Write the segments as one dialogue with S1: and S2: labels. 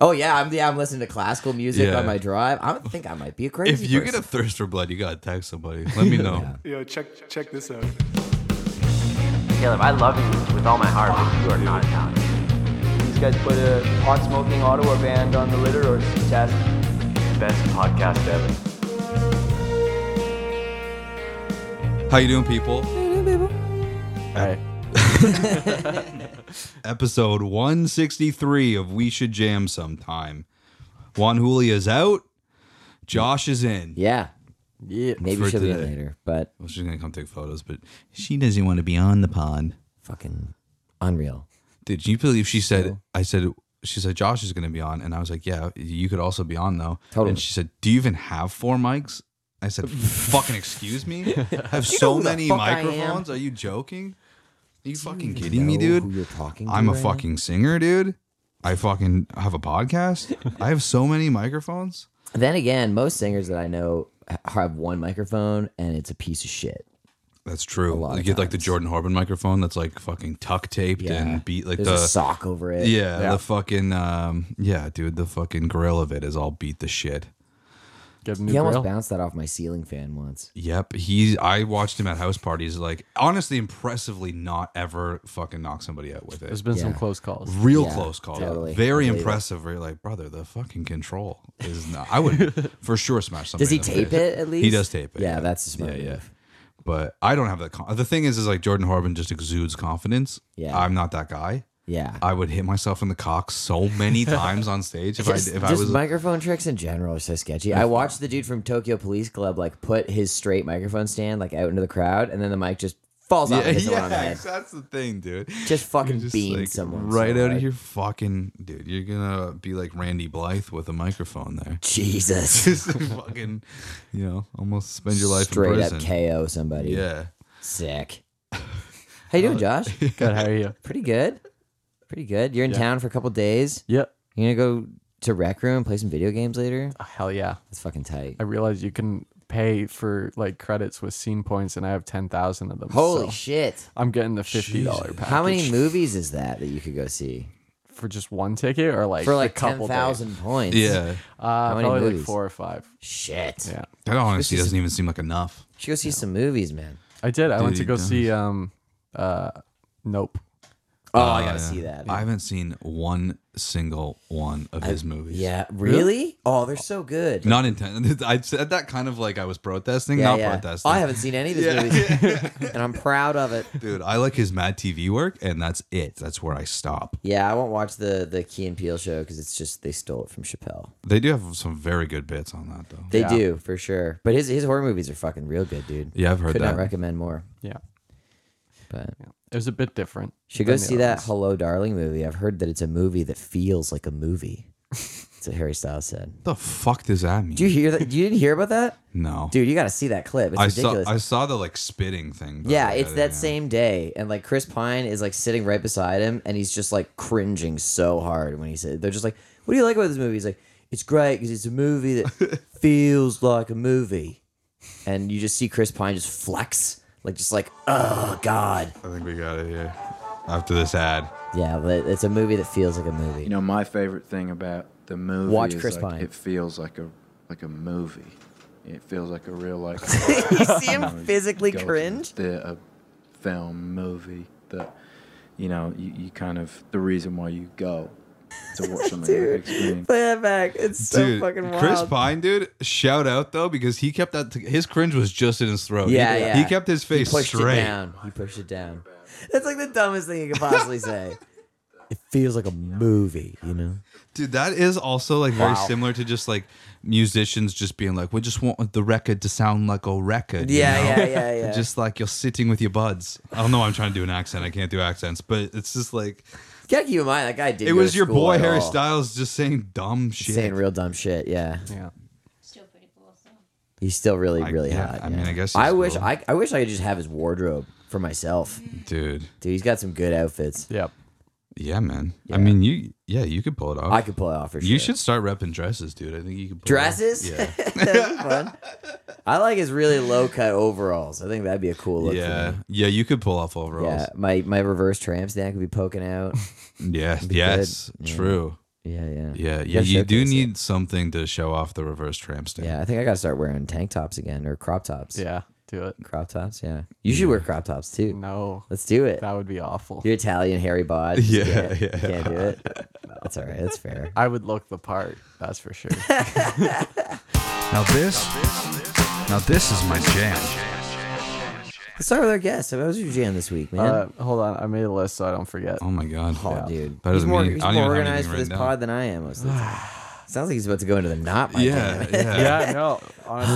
S1: Oh yeah, I'm yeah, I'm listening to classical music
S2: Yeah.
S1: on my drive. I don't think I might be a crazy.
S2: If you get
S1: person.
S2: a thirst for blood, you gotta text somebody. Let me know.
S3: Yo, check check this out.
S4: Caleb, I love you with all my heart, but you are not Italian.
S5: These guys put a pot smoking Ottawa band on the litter or test.
S4: Best podcast ever.
S2: How you doing, people?
S1: Alright.
S2: Episode 163 of We Should Jam Sometime. Juan Julia's out. Josh is in.
S1: Yeah. Yeah. Maybe
S2: For
S1: she'll be in
S2: today.
S1: later, but
S2: Well, she's gonna come take photos, but she doesn't want to be on the pod.
S1: fucking unreal.
S2: Did you believe she said? I said she said Josh is gonna be on, and I was like, yeah, you could also be on though.
S1: Totally.
S2: And she said, do you even have four mics? I said, fucking excuse me. I have so
S1: who the
S2: many
S1: fuck I am?
S2: microphones. Are you joking? Are you fucking
S1: even
S2: kidding me,
S1: know
S2: dude?
S1: who you're talking to
S2: I'm a
S1: right now?
S2: fucking singer, dude. I fucking have a podcast. I have so many microphones.
S1: Then again, most singers that I know ha- have one microphone and it's a piece of shit.
S2: That's true.
S1: lot
S2: You
S1: of
S2: get like the
S1: times.
S2: Jordan Horban microphone that's like fucking tuck taped
S1: Yeah.
S2: and beat like
S1: There's
S2: the
S1: a sock over it.
S2: Yeah, the fucking um, yeah, dude, the fucking grill of it is all beat the shit.
S6: Get a new
S1: He almost
S6: grill.
S1: bounced that off my ceiling fan once.
S2: Yep, he's. I watched him at house parties. Like honestly, impressively, not ever fucking knock somebody out with
S6: There's
S2: it.
S6: been some
S1: Yeah.
S6: close calls.
S2: Real
S1: Yeah,
S2: close call.
S1: totally.
S2: Very
S1: I believe it.
S2: impressive. Where you're like, brother, the fucking control is not. I would for sure smash somebody.
S1: Does he
S2: in the
S1: tape
S2: face.
S1: it at least?
S2: He does tape it.
S1: Yeah, that's a smart
S2: Yeah, yeah.
S1: move.
S2: But I don't have that. Con- the thing is, is like Jordan Horban just exudes confidence.
S1: Yeah.
S2: I'm not that guy.
S1: Yeah.
S2: I would hit myself in the cock so many times on stage if
S1: just,
S2: I if I
S1: just
S2: was
S1: microphone tricks in general are so sketchy. I watched the dude from Tokyo Police Club like put his straight microphone stand like out into the crowd, and then the mic just falls off and hits someone on the head.
S2: that's the thing, dude.
S1: Just fucking
S2: Just,
S1: beam
S2: like,
S1: someone
S2: right
S1: so
S2: out
S1: hard.
S2: of your fucking dude. You're gonna be like Randy Blythe with a microphone there.
S1: Jesus,
S2: Just fucking, you know, almost spend your life in
S1: straight
S2: prison.
S1: up KO somebody.
S2: yeah, Oh,
S1: sick. How you doing, Josh?
S6: Good. How are you?
S1: Pretty good. Pretty good. You're in town for a couple days.
S6: Yep.
S1: You're gonna go to rec room and play some video games later.
S6: Hell yeah.
S1: That's fucking tight.
S6: I realized you can pay for like credits with scene points, and I have ten thousand of them.
S1: Holy
S6: so
S1: shit!
S6: I'm getting the fifty dollar package.
S1: How many movies is that that you could go see
S6: for just one ticket, or like
S1: for like
S6: a
S1: ten
S6: couple
S1: thousand points?
S2: yeah.
S6: days? Uh,
S1: How many
S6: probably
S1: movies?
S6: like four or five.
S1: Shit.
S6: Yeah.
S2: That honestly doesn't even seem like enough.
S1: Should go see some movies, man.
S6: I did. I went to
S2: Dude,
S6: go
S2: does.
S6: see um, uh, Nope.
S1: Oh,
S2: Uh,
S1: I gotta see
S2: yeah.
S1: that.
S2: I haven't seen one single one of his movies.
S1: yeah, really? Oh, they're so good.
S2: Not intended. I said that kind of like I was protesting,
S1: yeah,
S2: not
S1: yeah. Oh,
S2: protesting.
S1: I haven't seen any of these movies, and I'm proud of it.
S2: Dude, I like his Mad TV work, and that's it. That's where I stop.
S1: Yeah, I won't watch the the Key and Peele show because it's just they stole it from Chappelle.
S2: They do have some very good bits on that, though.
S1: They
S6: Yeah.
S1: do for sure. But his his horror movies are fucking real good, dude.
S2: Yeah, I've heard
S1: Could
S2: that.
S1: not recommend more.
S6: Yeah.
S1: But
S6: It was a bit different.
S1: should
S6: than
S1: go
S6: the
S1: see
S6: other
S1: that
S6: ones.
S1: Hello Darling movie. I've heard that it's a movie that feels like a movie. That's what Harry Styles said.
S2: the fuck does that mean?
S1: Do you hear that? You didn't hear about that,
S2: no,
S1: dude? You got to see that clip. It's
S2: I
S1: ridiculous.
S2: saw I saw the like spitting thing. but
S1: Yeah,
S2: I
S1: it's
S2: didn't-
S1: that same day, and like Chris Pine is like sitting right beside him, and he's just like cringing so hard when he said, "They're just like, what do you like about this movie?" He's like, "It's great because it's a movie that feels like a movie," and you just see Chris Pine just flex, like just like, "Oh God,
S2: I think we got it here after this ad.
S1: yeah, but it's a movie that feels like a movie."
S7: You know, my favorite thing about the movie
S1: Watch
S7: is
S1: Chris
S7: like,
S1: Pine.
S7: it feels like a like a movie. It feels like a real like
S1: you see him physically
S7: go to
S1: cringe.
S7: The a uh, film movie that you know you, you kind of the reason why you go to watch something on the big screen.
S1: Play that back. It's so
S2: Dude,
S1: fucking wild.
S2: Chris Pine, dude, shout out though because he kept that. his cringe was just in his throat.
S1: Yeah,
S2: he,
S1: yeah.
S2: He kept his face
S1: He pushed
S2: straight.
S1: it down. He pushed it down. That's like the dumbest thing you could possibly say. It feels like a movie, you know.
S2: Dude, that is also like very similar to just like musicians just being like, we just want the record to sound like a record. you know?
S1: Yeah, yeah, yeah, yeah.
S2: Just like you're sitting with your buds. I don't know. I'm trying to do an accent. I can't do accents, but it's just like
S1: gotta keep in mind that guy did.
S2: it
S1: go
S2: was
S1: to
S2: your
S1: school
S2: boy
S1: at
S2: Harry
S1: all.
S2: Styles just saying dumb shit.
S1: saying real dumb shit. Yeah,
S6: Yeah.
S8: Still pretty cool. So.
S1: he's still really,
S2: I-
S1: really
S2: yeah,
S1: hot.
S2: I mean,
S1: yeah.
S2: I guess
S1: I
S2: he's
S1: wish
S2: cool.
S1: I, I wish I could just have his wardrobe for myself,
S2: dude.
S1: dude. He's got some good outfits.
S6: Yep.
S2: Yeah, man. I mean, you. Yeah, you could pull it off.
S1: I could pull it off for sure.
S2: You should start repping dresses, dude. I think you could pull it off.
S1: dresses.
S2: Yeah.
S1: That'd be fun. I like his really low cut overalls. I think that'd be a cool look.
S2: yeah,
S1: for me.
S2: yeah, you could pull off overalls.
S1: yeah. My my reverse tramp stamp could be poking out.
S2: Yes, yes,
S1: good. Yeah.
S2: true.
S1: Yeah, yeah.
S2: Yeah,
S1: You
S2: yeah.
S1: gotta
S2: You do
S1: showcase it.
S2: need something to show off the reverse tramp stamp.
S1: Yeah, I think I gotta start wearing tank tops again or crop tops.
S6: Yeah, do it.
S1: Crop tops, yeah. You should wear crop tops too.
S6: No,
S1: Let's do it.
S6: that would be awful.
S1: You're Italian, Harry Bod. Just
S2: Yeah,
S1: can't-
S2: yeah.
S1: Can't do it. That's all right. That's fair.
S6: I would look the part, that's for sure.
S2: Now this, now this is my jam.
S1: Let's start with our guest. How was your jam this week, man?
S6: uh, hold on, I made a list so I don't forget.
S2: Oh my god.
S1: oh, dude.
S2: That
S1: he's
S2: doesn't
S1: more,
S2: mean
S1: he's
S2: I don't
S1: more
S2: even have
S1: organized for
S2: anything right
S1: this
S2: now.
S1: pod than I am. Most of the time. Sounds like he's about to go into the knot. by
S2: Yeah,
S1: now.
S2: yeah.
S6: Yeah, no, honestly,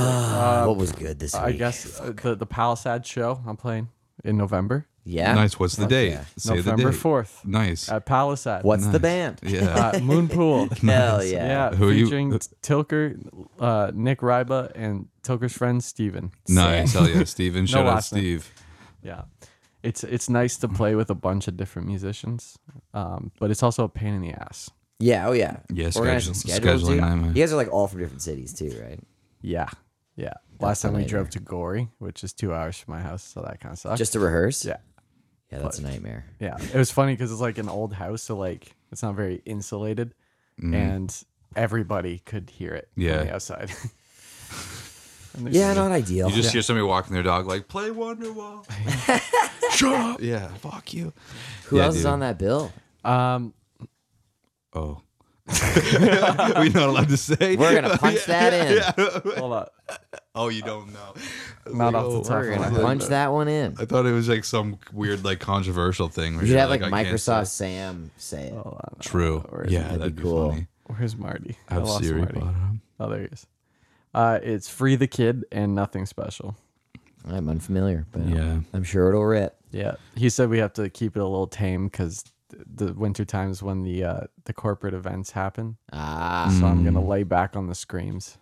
S6: uh,
S1: what was good this week?
S6: I guess uh, the the Palisade show I'm playing in November,
S1: Yeah.
S2: Nice. What's the
S1: Fuck
S2: date?
S1: yeah. Uh,
S2: Say the
S6: November
S2: date.
S6: fourth
S2: Nice.
S6: at Palisade.
S1: What's the
S2: Nice.
S1: band?
S2: yeah.
S6: uh, Moonpool?
S1: Hell
S2: Nice.
S1: yeah.
S6: Yeah,
S2: Who are you-
S6: featuring Tilker, uh, Nick Riba, and Tilker's friend Steven.
S2: nice. Hell yeah, Steven. Shout out
S6: last name.
S2: Steve.
S6: Yeah, it's it's nice to play with a bunch of different musicians, um, but it's also a pain in the ass.
S1: Yeah. Oh yeah.
S2: Yeah,
S1: Organizing
S2: schedule-
S1: schedules,
S2: scheduling
S1: dude.
S2: nightmare.
S1: You guys are like all from different cities too, right?
S6: Yeah, yeah. Last time we
S1: nightmare.
S6: drove to Gory, which is two hours from my house, so that kind of sucks.
S1: Just to rehearse.
S6: yeah,
S1: Yeah, that's a nightmare.
S6: yeah. It was funny because it's like an old house, so like it's not very insulated, and everybody could hear it.
S2: Mm-hmm. Yeah.
S6: from the outside. And there's-
S1: Yeah, not ideal.
S2: You just hear somebody walking their dog like, play Wonderwall. Shut up. Yeah. Fuck you.
S1: Who
S2: Yeah,
S1: else is
S2: dude.
S1: on that bill?
S6: Um,
S2: Oh. We're not allowed to say.
S1: We're gonna punch that in.
S6: hold up,
S2: Oh, you don't know.
S6: not off the top.
S1: We're
S6: of my
S1: gonna
S6: head.
S1: punch that one in.
S2: I thought it was like some weird, like controversial thing. where
S1: You should
S2: you're
S1: have like
S2: I can't say Oh.
S1: Microsoft Sam say it.
S2: it. True. yeah, that'd,
S1: That'd be
S2: be,
S1: cool.
S2: funny.
S6: Where's Marty? I
S2: Have
S6: lost
S2: Siri
S6: Marty.
S2: bought him.
S6: Oh, there he is. Uh, it's free the kid and nothing special.
S1: I'm unfamiliar, but yeah.
S2: Yeah.
S1: I'm sure it'll rip.
S6: Yeah, he said we have to keep it a little tame because the winter times when the uh, the corporate events happen.
S1: Ah,
S2: Mm.
S6: So I'm gonna lay back on the screams,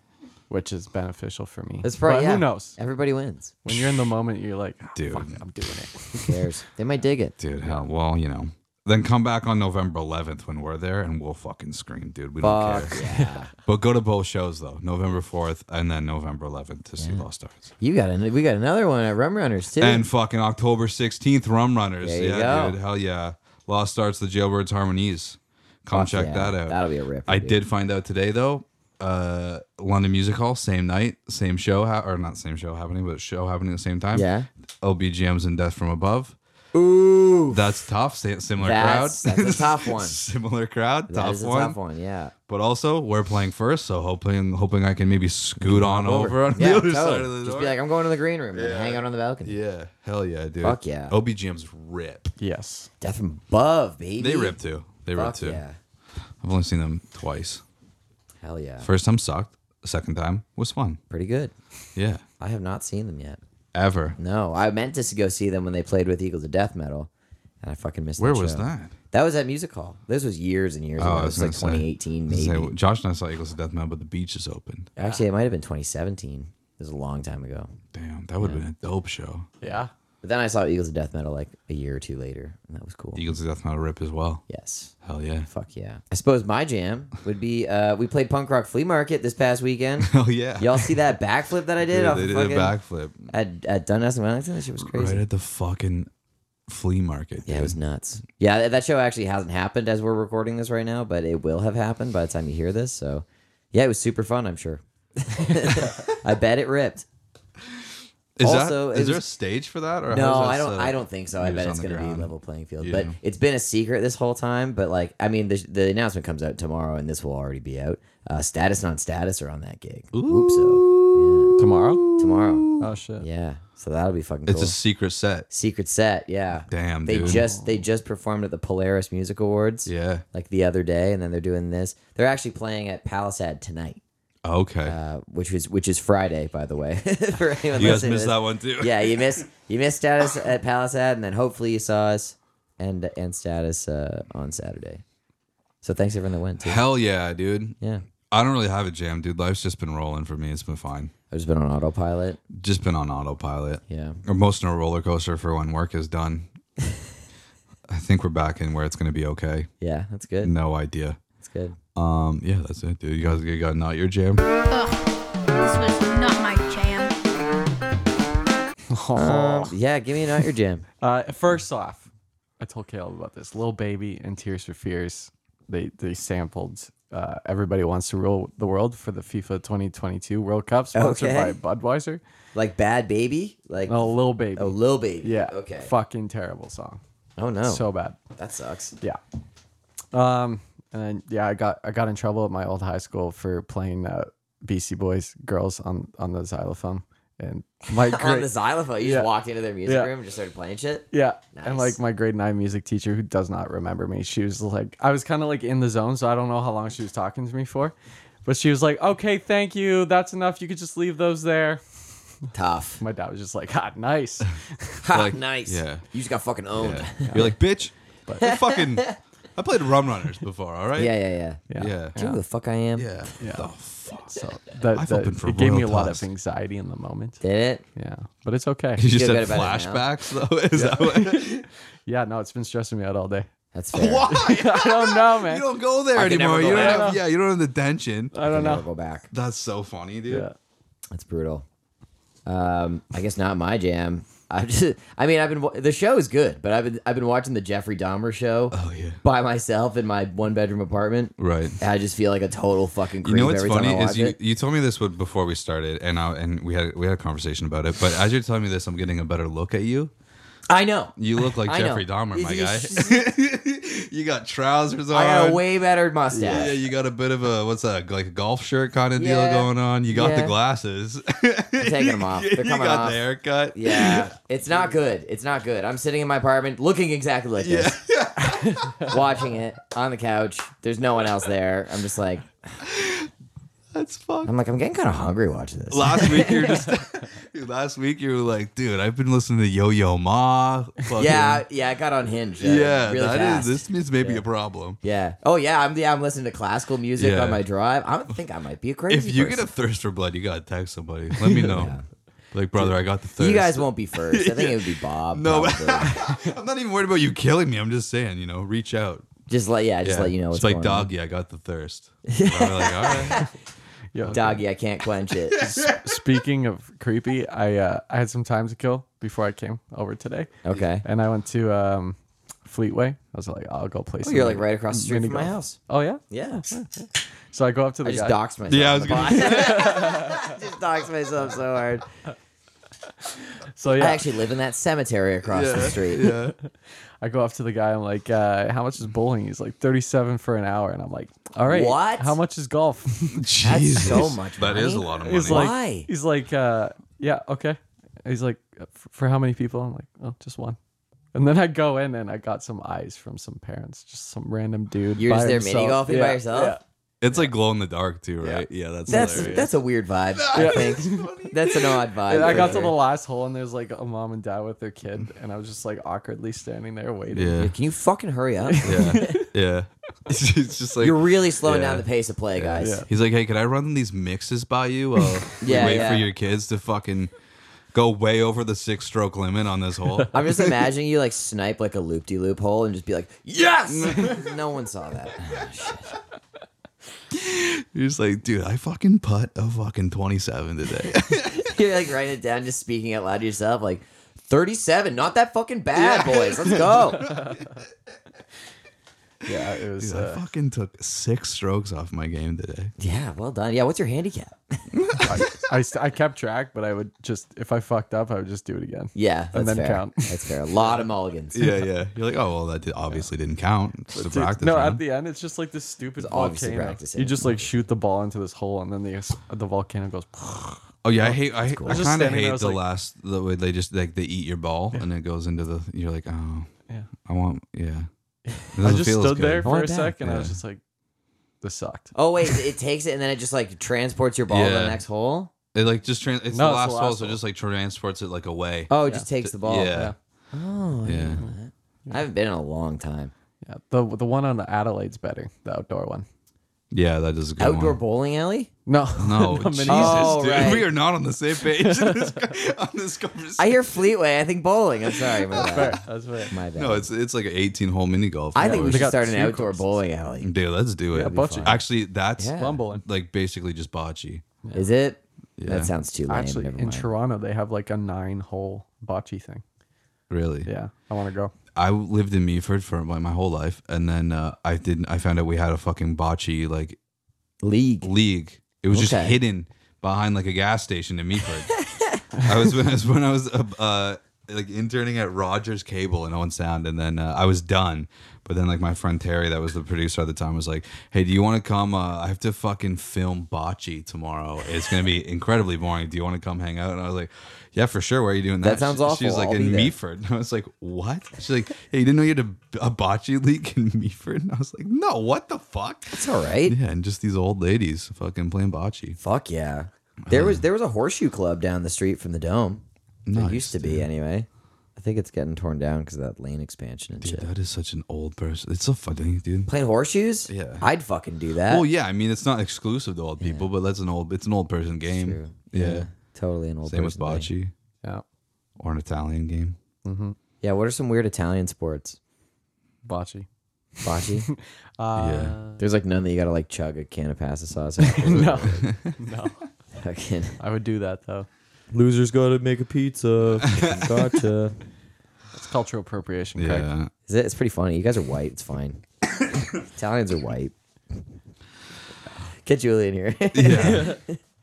S6: which is beneficial for me.
S1: that's probably
S6: But
S1: yeah.
S6: Who knows?
S1: Everybody wins.
S6: When you're in the moment, you're like, "Ah,
S2: Dude.
S6: fuck it, I'm doing it.
S1: Who cares? they might dig it.
S2: Dude, hell, well, you know. Then come back on November 11th when we're there and we'll fucking scream, dude. We don't
S1: Fuck
S2: care.
S1: yeah!
S2: But go to both shows though, November 4th and then November 11th to see Lost Stars.
S1: You got an, we got another one at Rum Runners too.
S2: And fucking October 16th, Rum Runners.
S1: There you
S2: yeah,
S1: go.
S2: dude. Hell yeah. Lost Starts, the Jailbirds Harmonies. Come
S1: Fuck
S2: check
S1: yeah.
S2: that out.
S1: That'll be a rip.
S2: I did find out today though. Uh, London Music Hall, same night, same show, ha- or not same show happening, but show happening at the same time.
S1: Yeah.
S2: LBGMs and Death from Above.
S1: Ooh,
S2: That's tough. sa- Similar
S1: That's-
S2: crowd.
S1: that's a tough one.
S2: similar crowd.
S1: that
S2: tough
S1: is a
S2: one.
S1: tough one. Yeah,
S2: But also, we're playing first, so hoping hoping I can maybe scoot on over, on
S1: yeah,
S2: the other
S1: totally.
S2: side of the
S1: Just
S2: door.
S1: be like, I'm going to the green room and hang out on the balcony.
S2: yeah, hell yeah, dude.
S1: Fuck yeah.
S2: OBGMs rip.
S6: Yes.
S1: Death from above, baby.
S2: They rip too. They rip
S1: Fuck
S2: too.
S1: yeah!
S2: I've only seen them twice.
S1: Hell yeah!
S2: First time sucked. Second time was fun.
S1: Pretty good.
S2: Yeah.
S1: I have not seen them yet.
S2: Ever.
S1: No, I meant to go see them when they played with Eagles of Death Metal, and I fucking missed.
S2: Where
S1: that
S2: was
S1: show.
S2: that? Oh,
S1: That was at Music Hall. This was years and years ago. It Oh, was like
S2: gonna say-
S1: 2018,
S2: I was gonna
S1: maybe.
S2: say, Josh and I saw Eagles of Death Metal, but the beach is open.
S1: Actually, it might have been 2017. It was a long time ago.
S2: Damn, that would have been a dope show.
S6: Yeah.
S1: But then I saw Eagles of Death Metal like a year or two later, and that was cool.
S2: Eagles of Death Metal rip as well.
S1: Yes.
S2: Hell yeah.
S1: Fuck yeah. I suppose my jam would be uh, we played Punk Rock Flea Market this past weekend.
S2: Hell yeah.
S1: Y'all see that backflip that I did
S2: Dude,
S1: off
S2: they
S1: the
S2: did
S1: fucking
S2: a backflip
S1: at at Dundas and Wellington? That shit was crazy.
S2: right at the fucking flea market.
S1: yeah, it
S2: dude.
S1: was nuts. Yeah, that- that show actually hasn't happened as we're recording this right now, but it will have happened by the time you hear this. So, yeah, it was super fun. I'm sure. I bet it ripped.
S2: Is
S1: Also,
S2: that
S1: it
S2: is there a
S1: was-
S2: stage for that? Or
S1: No,
S2: how's that
S1: I don't.
S2: set
S1: I
S2: up?
S1: don't think so.
S2: You're
S1: I
S2: just
S1: bet
S2: on
S1: it's
S2: the
S1: going to be
S2: ground.
S1: level playing field. But
S2: Yeah.
S1: it's been a secret this whole time. But like, I mean, the, the announcement comes out tomorrow, and this will already be out. Uh, status non status are on that gig. Oops. So
S6: Tomorrow?
S1: yeah. tomorrow.
S6: Oh shit.
S1: Yeah. So that'll be fucking.
S2: It's
S1: cool.
S2: a secret set.
S1: secret set. Yeah.
S2: Damn,
S1: They
S2: dude.
S1: just they just performed at the Polaris Music Awards.
S2: Yeah.
S1: Like the other day, and then they're doing this. They're actually playing at Palisade tonight,
S2: Okay.
S1: uh, which is which is Friday, by the way. For anyone
S2: you guys
S1: listening to this
S2: missed that one too.
S1: yeah, you missed you missed status at Palisade, and then hopefully you saw us and and status uh, on Saturday. So thanks everyone that went too.
S2: Hell yeah, dude.
S1: Yeah,
S2: I don't really have a jam, dude. Life's just been rolling for me. It's been fine.
S1: I've just been on autopilot.
S2: Just been on autopilot.
S1: Yeah,
S2: Or most in a roller coaster for when work is done. I think we're back in where it's gonna be okay.
S1: yeah, that's good.
S2: No idea.
S1: That's good.
S2: Um, yeah, that's it, dude. You guys you got not your jam.
S8: This was not my jam.
S1: Um, yeah, give me an out your jam.
S6: Uh, first off, I told Caleb about this. Little baby and Tears for Fears they they sampled uh, "Everybody Wants to Rule the World" for the FIFA 2022 World Cup, sponsored
S1: Okay.
S6: by Budweiser.
S1: Like Bad Baby? Like
S6: No, Lil Baby.
S1: Oh, Lil Baby.
S6: yeah.
S1: Okay.
S6: Fucking terrible song.
S1: Oh no.
S6: So bad.
S1: that sucks.
S6: Yeah. Um. And then, yeah, I got I got in trouble at my old high school for playing uh, BC Boys girls on on the xylophone and my
S1: On
S6: grade,
S1: the xylophone, you
S6: Yeah.
S1: just walked into their music
S6: Yeah.
S1: room and just started playing shit.
S6: Yeah.
S1: Nice.
S6: And like my grade nine music teacher who does not remember me, she was like, I was kind of like in the zone, so I don't know how long she was talking to me for. But she was like, okay, thank you. That's enough. You could just leave those there.
S1: Tough.
S6: My dad was just like, ah, nice.
S1: Ha,
S2: Like,
S1: nice.
S2: yeah.
S1: You just got fucking owned.
S2: Yeah. You're like, bitch, I fucking, I played Rum Runners before, all right?
S1: Yeah, yeah, yeah.
S6: Yeah.
S2: Yeah.
S1: Do you know who the fuck I am?
S2: Yeah. The
S6: So that,
S2: I've
S6: that-
S2: opened for
S6: it gave me a
S2: Royal
S6: lot
S2: Tusk.
S6: of anxiety in the moment.
S1: Did it?
S6: Yeah. But it's okay.
S2: You just
S1: feel
S2: had
S1: good about it now.
S2: flashbacks, though. Is that what?
S6: yeah. No, it's been stressing me out all day.
S2: Oh,
S1: That's fair.
S6: I don't know, man.
S2: You don't go there
S1: I could never
S2: anymore.
S1: go
S2: You don't
S1: back.
S2: have, yeah, you don't have the tension.
S6: I don't
S1: Never
S6: know.
S1: go back.
S2: That's so funny, dude.
S6: Yeah.
S1: That's brutal. Um, I guess not my jam. I just, I mean, I've been wa- the show is good, but I've been I've been watching the Jeffrey Dahmer show
S2: Oh, yeah.
S1: by myself in my one bedroom apartment.
S2: Right.
S1: And I just feel like a total fucking creep
S2: You know what's
S1: every
S2: funny
S1: time I watch
S2: is you,
S1: it.
S2: you told me this one before we started, and I, and we had we had a conversation about it. But as you're telling me this, I'm getting a better look at you.
S1: I know.
S2: You look like
S1: I know.
S2: Jeffrey Dahmer, my
S1: You-
S2: guy. you got trousers on.
S1: I got a way better mustache.
S2: yeah, you got a bit of a what's that like a golf shirt kind of deal
S1: Yeah.
S2: going on. You got
S1: Yeah.
S2: the glasses.
S1: taking 'em off. They're
S2: you
S1: coming
S2: got
S1: off.
S2: the haircut.
S1: Yeah, it's not good. It's not good. I'm sitting in my apartment looking exactly like this. watching it on the couch. There's no one else there. I'm just like,
S2: that's fucked.
S1: I'm like, I'm getting kind of hungry watching this.
S2: Last week you were just, dude, last week you were like, dude, I've been listening to Yo Yo Ma. fucking-
S1: Yeah, yeah, I got unhinged. uh,
S2: yeah, that is
S1: really fast.
S2: this means maybe a problem.
S1: Yeah. Oh yeah, I'm yeah, I'm listening to classical music
S2: Yeah.
S1: on my drive. I don't think I might be a crazy.
S2: If you
S1: person.
S2: get a thirst for blood, you gotta text somebody. Let me know. Like, brother, I got the thirst.
S1: you guys won't be first. I think it would be Bob.
S2: No,
S1: No,
S2: I'm not even worried about you killing me. I'm just saying, you know, reach out.
S1: just let yeah, just let you know what's
S2: It's like,
S1: going on.
S2: doggy, I got the thirst. I'm like, all right.
S6: Yo,
S1: Doggy, I can't quench it.
S6: Speaking of creepy, I uh, I had some time to kill before I came over today.
S1: Okay.
S6: and I went to um, Fleetway. I was like, I'll go play.
S1: Oh,
S6: some
S1: you're like
S6: mini-
S1: right across the street
S6: mini
S1: from my
S6: golf.
S1: house.
S6: Oh yeah.
S1: Yeah.
S6: So I go up to the
S1: I just
S6: guy.
S1: doxed myself.
S2: Yeah, I
S1: on
S2: was
S1: the pod. just doxed myself so hard.
S6: so yeah,
S1: I actually live in that cemetery across the street.
S2: Yeah.
S6: I go up to the guy. I'm like, uh, how much is bowling? He's like, thirty-seven for an hour. And I'm like, all right.
S1: What?
S6: How much is golf?
S1: That's so much
S2: That is a
S1: money.
S2: lot of money.
S6: he's like,
S1: Why?
S6: he's like, uh, yeah, okay. He's like, "F- for how many people? I'm like, oh, just one. And then I go in and I got some eyes from some parents, just some random dude.
S1: You're
S6: by
S1: just there
S6: himself.
S1: mini golfing by
S6: Yeah,
S1: yourself?
S6: yeah.
S2: it's like glow in the dark too, right? Yeah, that's
S1: That's
S2: hilarious.
S1: that's a weird vibe. I think that's an odd vibe.
S6: And I
S1: for
S6: got to
S1: sure.
S6: the last hole, and there's like a mom and dad with their kid, and I was just like awkwardly standing there waiting.
S2: yeah,
S1: Can you fucking hurry up?
S2: yeah, yeah. it's just like
S1: You're really slowing
S2: Yeah.
S1: down the pace of play, guys.
S6: Yeah.
S2: He's like, hey, can I run these mixes by you? While we
S1: Yeah,
S2: wait
S1: yeah.
S2: for your kids to fucking go way over the six stroke limit on this hole.
S1: I'm just imagining you like snipe like a loop de loop hole and just be like, yes! no one saw that.
S2: He's like, dude, I fucking putt a fucking 27 today.
S1: You're like writing it down, just speaking out loud to yourself, like, 37, not that fucking bad, boys. Let's go.
S6: Yeah, it was.
S2: Dude, I
S6: Uh,
S2: fucking took six strokes off my game today.
S1: yeah, well done. Yeah, what's your handicap?
S6: I, I, st- I kept track, but I would just if I fucked up, I would just do it again.
S1: Yeah, that's
S6: And then
S1: fair.
S6: count.
S1: That's fair. A lot of mulligans.
S2: Yeah, yeah. You're like, oh well, that did, obviously didn't count. It's just a
S6: Dude,
S2: practice.
S6: no,
S2: round.
S6: at the end, it's just like this stupid
S1: obviously
S6: volcano.
S1: practicing.
S6: You just like shoot the ball into this hole, and then the s- the volcano goes.
S2: oh yeah, I hate. I, I
S6: was just
S2: kind of
S6: standing there, I
S2: hate
S6: was
S2: the
S6: like-
S2: last the way they just like they eat your ball and it goes into the. You're like, oh,
S6: Yeah.
S2: I want, yeah.
S6: I just stood there
S1: I
S6: for
S1: want
S6: a
S1: that.
S6: second. I was
S2: Yeah.
S6: just like, this sucked.
S1: Oh, wait, it takes it and then it just like transports your ball to
S2: Yeah.
S1: the next hole?
S2: It like just trans. It's
S6: No,
S2: the
S6: it's
S2: last,
S6: the
S2: hole,
S6: last
S2: so it
S6: hole.
S2: just like transports it like away.
S1: Oh, it just takes the ball.
S2: Yeah.
S1: Oh, I
S2: Yeah.
S1: didn't know that. I haven't been in a long time.
S6: Yeah, the the one on the Adelaide's better, the outdoor one.
S2: Yeah, that is a good
S1: Outdoor
S2: one.
S1: bowling alley?
S6: No,
S2: No,
S6: the
S2: Jesus,
S6: mini-
S1: Oh,
S2: dude,
S1: right.
S2: we are not on the same page in this, co- on this conversation.
S1: I hear Fleetway. I think bowling. I'm sorry about
S6: Fair,
S1: that.
S6: that's fair.
S1: My bad.
S2: no, it's it's like an 18 hole mini golf.
S1: I think we
S6: They
S1: should
S6: got
S1: start an
S6: two
S1: outdoor
S6: courses.
S1: bowling alley.
S2: dude, let's do it.
S6: Yeah, bocce.
S2: Actually, that's
S1: Yeah.
S6: Bumbling.
S2: like basically just bocce.
S1: Is it?
S2: Yeah.
S1: That sounds too lame.
S6: Actually,
S1: Never
S6: in
S1: mind.
S6: Toronto, they have like a nine hole bocce thing.
S2: Really?
S6: Yeah, I want to go.
S2: I lived in Meaford for my, my whole life, and then uh, I didn't. I found out we had a fucking bocce like
S1: League.
S2: league. It was just
S1: Okay.
S2: hidden behind like a gas station in Meaford. I was when I was when I was uh, uh, like interning at Rogers Cable in Owen Sound, and then uh, I was done. But then like my friend Terry, that was the producer at the time, was like, "Hey, do you want to come? Uh, I have to fucking film bocce tomorrow. It's gonna be incredibly boring. Do you want to come hang out?" And I was like. Yeah, for sure. Why are you doing
S1: That
S2: that?
S1: sounds
S2: She-
S1: awful.
S2: She was like
S1: I'll be
S2: in
S1: there."
S2: Meaford. And I was like, what? She's like, hey, you didn't know you had a, a bocce league in Meaford? And I was like, no, what the fuck?
S1: It's all right.
S2: Yeah, and just these old ladies fucking playing bocce.
S1: Fuck yeah. There was there was a horseshoe club down the street from the dome.
S2: Nice,
S1: There used to be anyway. I think it's getting torn down because of that lane expansion and
S2: Dude,
S1: shit.
S2: that is such an old person. It's so funny, dude.
S1: Playing horseshoes?
S2: Yeah.
S1: I'd fucking do that.
S2: Well, yeah, I mean, it's not exclusive to old people, but that's an old. It's an old person game.
S1: True.
S2: Yeah.
S1: Totally an old
S2: Same with
S1: person thing.
S2: bocce
S6: Yeah.
S2: or an Italian game.
S1: Yeah, what are some weird Italian sports?
S6: Bocce.
S1: Bocce?
S2: yeah.
S1: There's like none that you gotta like chug a can of pasta sauce. after.
S6: No. no.
S1: Fucking
S6: I would do that though.
S1: losers gotta make a pizza. gotcha.
S6: It's cultural appropriation. Craig.
S2: Yeah.
S1: Is it? It's pretty funny. You guys are white. It's fine. Italians are white. Get Julie in here.
S2: Yeah.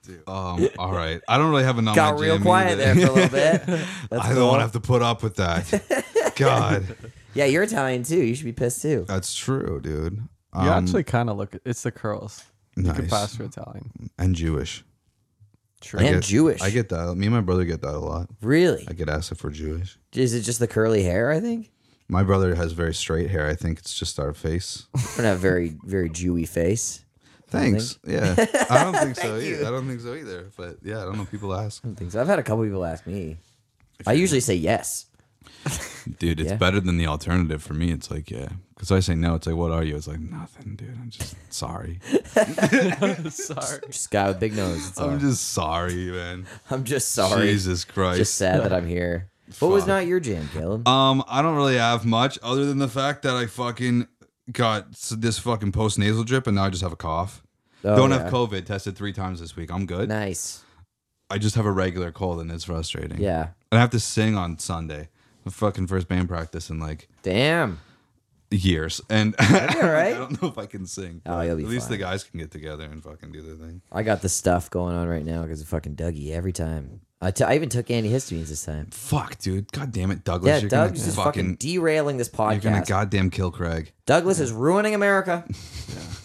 S2: Dude, um, all right. I don't really have enough.
S1: Got real quiet there for a little bit. That's
S2: I
S1: cool.
S2: don't have to put up with that. God,
S1: Yeah, you're Italian too. You should be pissed too.
S2: that's true, dude. Um,
S6: You actually kind of look. It's the curls. You could
S2: nice.
S6: pass for Italian.
S2: and Jewish.
S6: True.
S2: I
S1: And
S2: get-
S1: Jewish.
S2: I get that. Me and my brother get that a lot.
S1: Really?
S2: I get asked if we're Jewish.
S1: Is it just the curly hair? I think.
S2: My brother has very straight hair. I think it's just our face.
S1: I don't have very very Jewy face.
S2: Thanks. Yeah. I don't think so either. I don't think so either. But yeah, I don't know. if People ask.
S1: I think so. I've had a couple people ask me. I usually say yes.
S2: Dude, it's
S1: Yeah.
S2: better than the alternative for me. It's like, yeah. Because I say no. It's like, what are you? It's like, nothing, dude. I'm just sorry.
S6: Sorry.
S1: Just a guy with big nose. It's all.
S2: I'm just sorry, man.
S1: I'm just sorry.
S2: Jesus Christ.
S1: Just sad that I'm here. What was
S2: Fuck.
S1: not your jam, Caleb?
S2: Um, I don't really have much other than the fact that I fucking got s- this fucking post nasal drip and now I just have a cough.
S1: Oh,
S2: don't
S1: yeah.
S2: have COVID. Tested three times this week. I'm good.
S1: Nice.
S2: I just have a regular cold and it's frustrating.
S1: Yeah.
S2: And I have to sing on Sunday. The fucking first band practice in like
S1: Damn.
S2: years. And
S1: all right.
S2: I don't know if I can sing.
S1: Oh, you'll be
S2: At least the
S1: fine.
S2: guys can get together and fucking do their thing.
S1: I got the stuff going on right now because of fucking Dougie every time. I, t- I even took antihistamines this time.
S2: Fuck, dude. God damn it, Douglas.
S1: Yeah,
S2: you're
S1: Doug's
S2: gonna
S1: just fucking
S2: fucking,
S1: derailing this
S2: you're gonna
S1: podcast.
S2: goddamn kill Craig.
S1: Douglas is ruining America.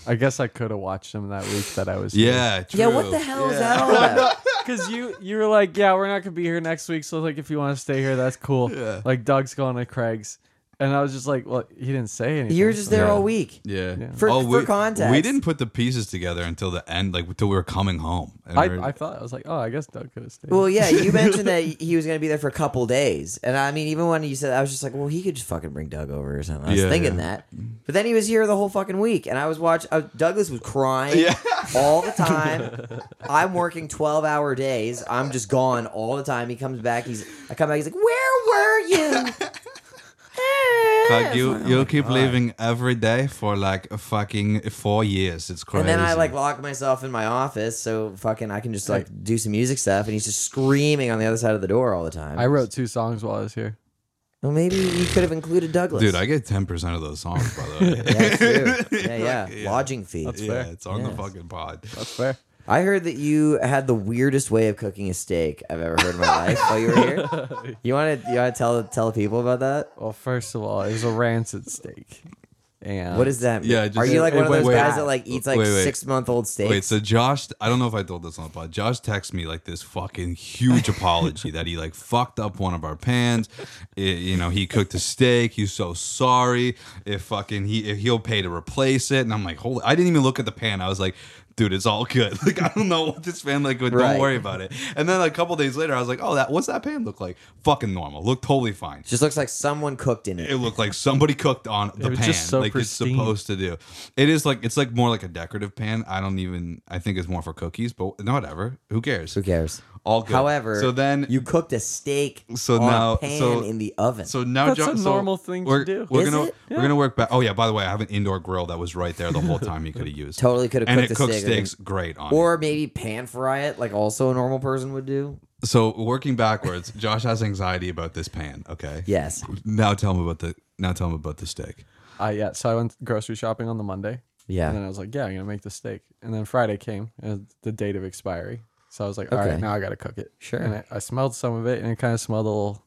S6: I guess I could have watched them that week that I was.
S2: Yeah, true.
S1: Yeah, what the hell is that all about?
S6: Because you you were like, yeah, we're not gonna be here next week. So like, if you want to stay here, that's cool. Like Doug's going to Craig's, and I was just like, well, he didn't say anything.
S1: You were just there
S2: Yeah.
S1: all week.
S2: Yeah. Oh,
S1: For- for
S2: we,
S1: context.
S2: We didn't put the pieces together until the end, like until we were coming home. And we were-
S6: I, I thought I was like, oh, I guess Doug could have stayed.
S1: Well, yeah, you mentioned that he was going to be there for a couple days. And I mean, even when you said, I was just like, well, he could just fucking bring Doug over or something. I was
S2: Yeah,
S1: thinking
S2: yeah.
S1: that. But then he was here the whole fucking week. And I was watching, uh, Douglas was crying all the time. I'm working 12 hour days. I'm just gone all the time. He comes back. He's, I come back. He's like, where were you?
S2: Craig, you
S6: Oh
S2: you keep leaving every day for like fucking four years. It's crazy.
S1: And then I like lock myself in my office so fucking I can just like do some music stuff. And he's just screaming on the other side of the door all the time.
S6: I wrote two songs while I was here.
S1: Well, maybe you could have included Douglas.
S2: dude, I get ten percent of those songs by the way.
S1: Yeah, true. yeah, yeah. Lodging fee.
S2: yeah, it's on the
S1: Yes.
S2: fucking pod.
S6: That's fair.
S1: I heard that you had the weirdest way of cooking a steak I've ever heard in my life while you were here. You want to you want to tell tell people about that?
S6: Well, first of all, it was a rancid steak, and
S1: What does that mean?
S2: Yeah, just-
S1: Are you like
S6: It
S1: one of
S6: went
S1: those guys
S6: bad.
S1: that like eats like
S2: Wait, wait.
S1: six month old steaks?
S2: Wait, so Josh, I don't know if I told this on the pod. Josh texted me like this fucking huge apology that he like fucked up one of our pans. It- you know, he cooked a steak. He's so sorry. If fucking he if he'll pay to replace it, and I'm like, holy, I didn't even look at the pan. I was like. Dude, it's all good. Like I don't know what this pan like. But Don't
S1: Right.
S2: worry about it. And then like, a couple days later, I was like, "Oh, that what's that pan look like? Fucking normal. Looked totally fine
S1: just looks like someone cooked in
S2: it
S1: it.
S2: looked like somebody cooked on the
S6: was
S2: pan
S6: just so
S2: like
S6: pristine.
S2: it's supposed to do it is like it's like more like a decorative pan i don't even i think it's more for cookies but no, whatever who cares
S1: Who cares?
S2: All good.
S1: However,
S2: so then
S1: you cooked a steak
S2: So
S1: on
S2: now-
S1: a pan
S2: so-
S1: in the oven.
S2: So now
S6: That's
S2: John,
S6: a
S2: so
S6: normal thing to
S2: we're,
S6: do.
S2: We're
S1: Is
S2: gonna
S1: it?
S2: we're gonna work back. Oh yeah, by the way, I have an indoor grill that was right there the whole time. You could have used
S1: Totally coulda
S2: and
S1: cooked a
S2: it cooks
S1: steak and-
S2: steaks great on. it.
S1: or maybe pan fry it like also a normal person would do.
S2: So working backwards, Josh has anxiety about this pan. Okay.
S1: Yes.
S2: Now tell him about the now tell him about the steak.
S6: Uh, yeah. So I went grocery shopping on the Monday. And then
S1: Yeah.
S6: I was like, yeah, I'm going to make the steak. And then Friday came, and the date of expiry. So I was like, all right,
S1: Okay.
S6: now I got to cook it.
S1: Sure.
S6: And I, I smelled some of it, and it kind of smelled a little.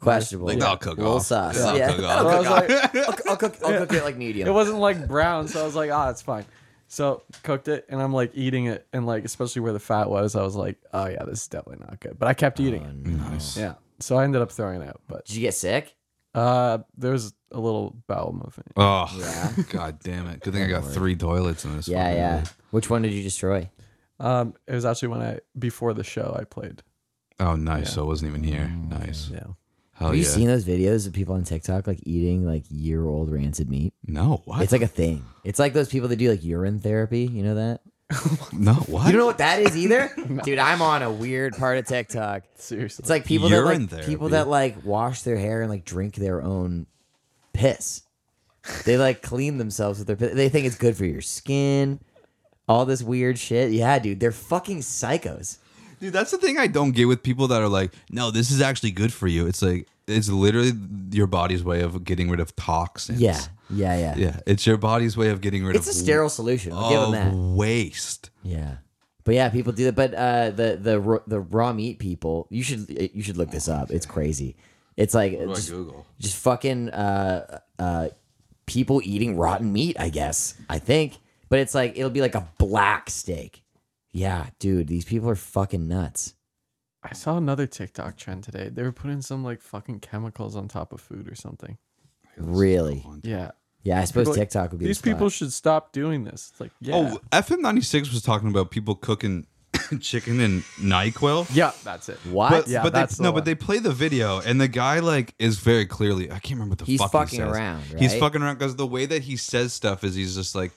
S1: Questionable.
S2: Like
S1: yeah.
S2: that'll cook
S1: Little
S2: off.
S1: sauce.
S2: That'll
S1: Yeah.
S2: cook
S6: So
S2: off.
S6: I was like,
S1: I'll, I'll cook. I'll cook it like medium.
S6: it wasn't like brown, so I was like, ah, it's fine. So cooked it, and I'm like eating it, and like especially where the fat was, I was like, oh yeah, this is definitely not good. But I kept eating it.
S2: Nice.
S6: Yeah. So I ended up throwing it out, but
S1: Did you get sick?
S6: uh, there was a little bowel movement.
S2: Oh god damn it. Good thing I got three toilets in this
S1: Yeah,
S2: fucking
S1: yeah.
S2: room.
S1: Which one did you destroy?
S6: Um, it was actually when I before the show I played.
S2: Oh nice. So it wasn't even here. Nice.
S6: Yeah.
S2: Hell
S1: Mm, Have you
S2: Oh, yeah.
S1: seen those videos of people on TikTok like eating like year old rancid meat?
S2: no, what?
S1: It's like a thing. It's like those people that do like urine therapy. You know that?
S2: no, what?
S1: You don't know what that is either, dude. I'm on a weird part of TikTok.
S6: Seriously.
S1: It's like people
S2: Urine
S1: that like,
S2: therapy.
S1: people that like wash their hair and like drink their own piss. They like clean themselves with their piss. They think it's good for your skin. All this weird shit. Yeah, dude, they're fucking psychos.
S2: Dude, that's the thing I don't get with people that are like, no, this is actually good for you. It's like it's literally your body's way of getting rid of toxins.
S1: Yeah, yeah, yeah.
S2: Yeah. Oh, It's your body's way of getting rid
S1: It's a
S2: of
S1: sterile solution. I'll give
S2: of
S1: them
S2: waste.
S1: that. Yeah. But yeah, people do that. But uh, the the raw- the raw meat people, you should you should look this up. It's crazy. It's like just,
S2: Google.
S1: just fucking uh, uh, people eating rotten meat, I guess. I think. But it's like, it'll be like a black steak. Yeah, dude, these people are fucking nuts.
S6: I saw another TikTok trend today. They were putting some like fucking chemicals on top of food or something.
S1: Really?
S6: Yeah.
S1: Yeah, I suppose
S6: People-
S1: TikTok would be the
S6: These
S1: spot.
S6: people should stop doing this. It's like, yeah.
S2: Oh, FM ninety six was talking about people cooking chicken and Nyquil.
S6: yeah, that's it.
S1: What?
S2: But,
S6: Yeah,
S2: but
S6: that's
S2: they,
S6: the
S2: no,
S6: one.
S2: but they play the video, and the guy like is very clearly. I can't remember what the
S1: He's
S2: fuck
S1: fucking
S2: he says.
S1: around,
S2: He's
S1: right?
S2: fucking around because the way that he says stuff is he's just like,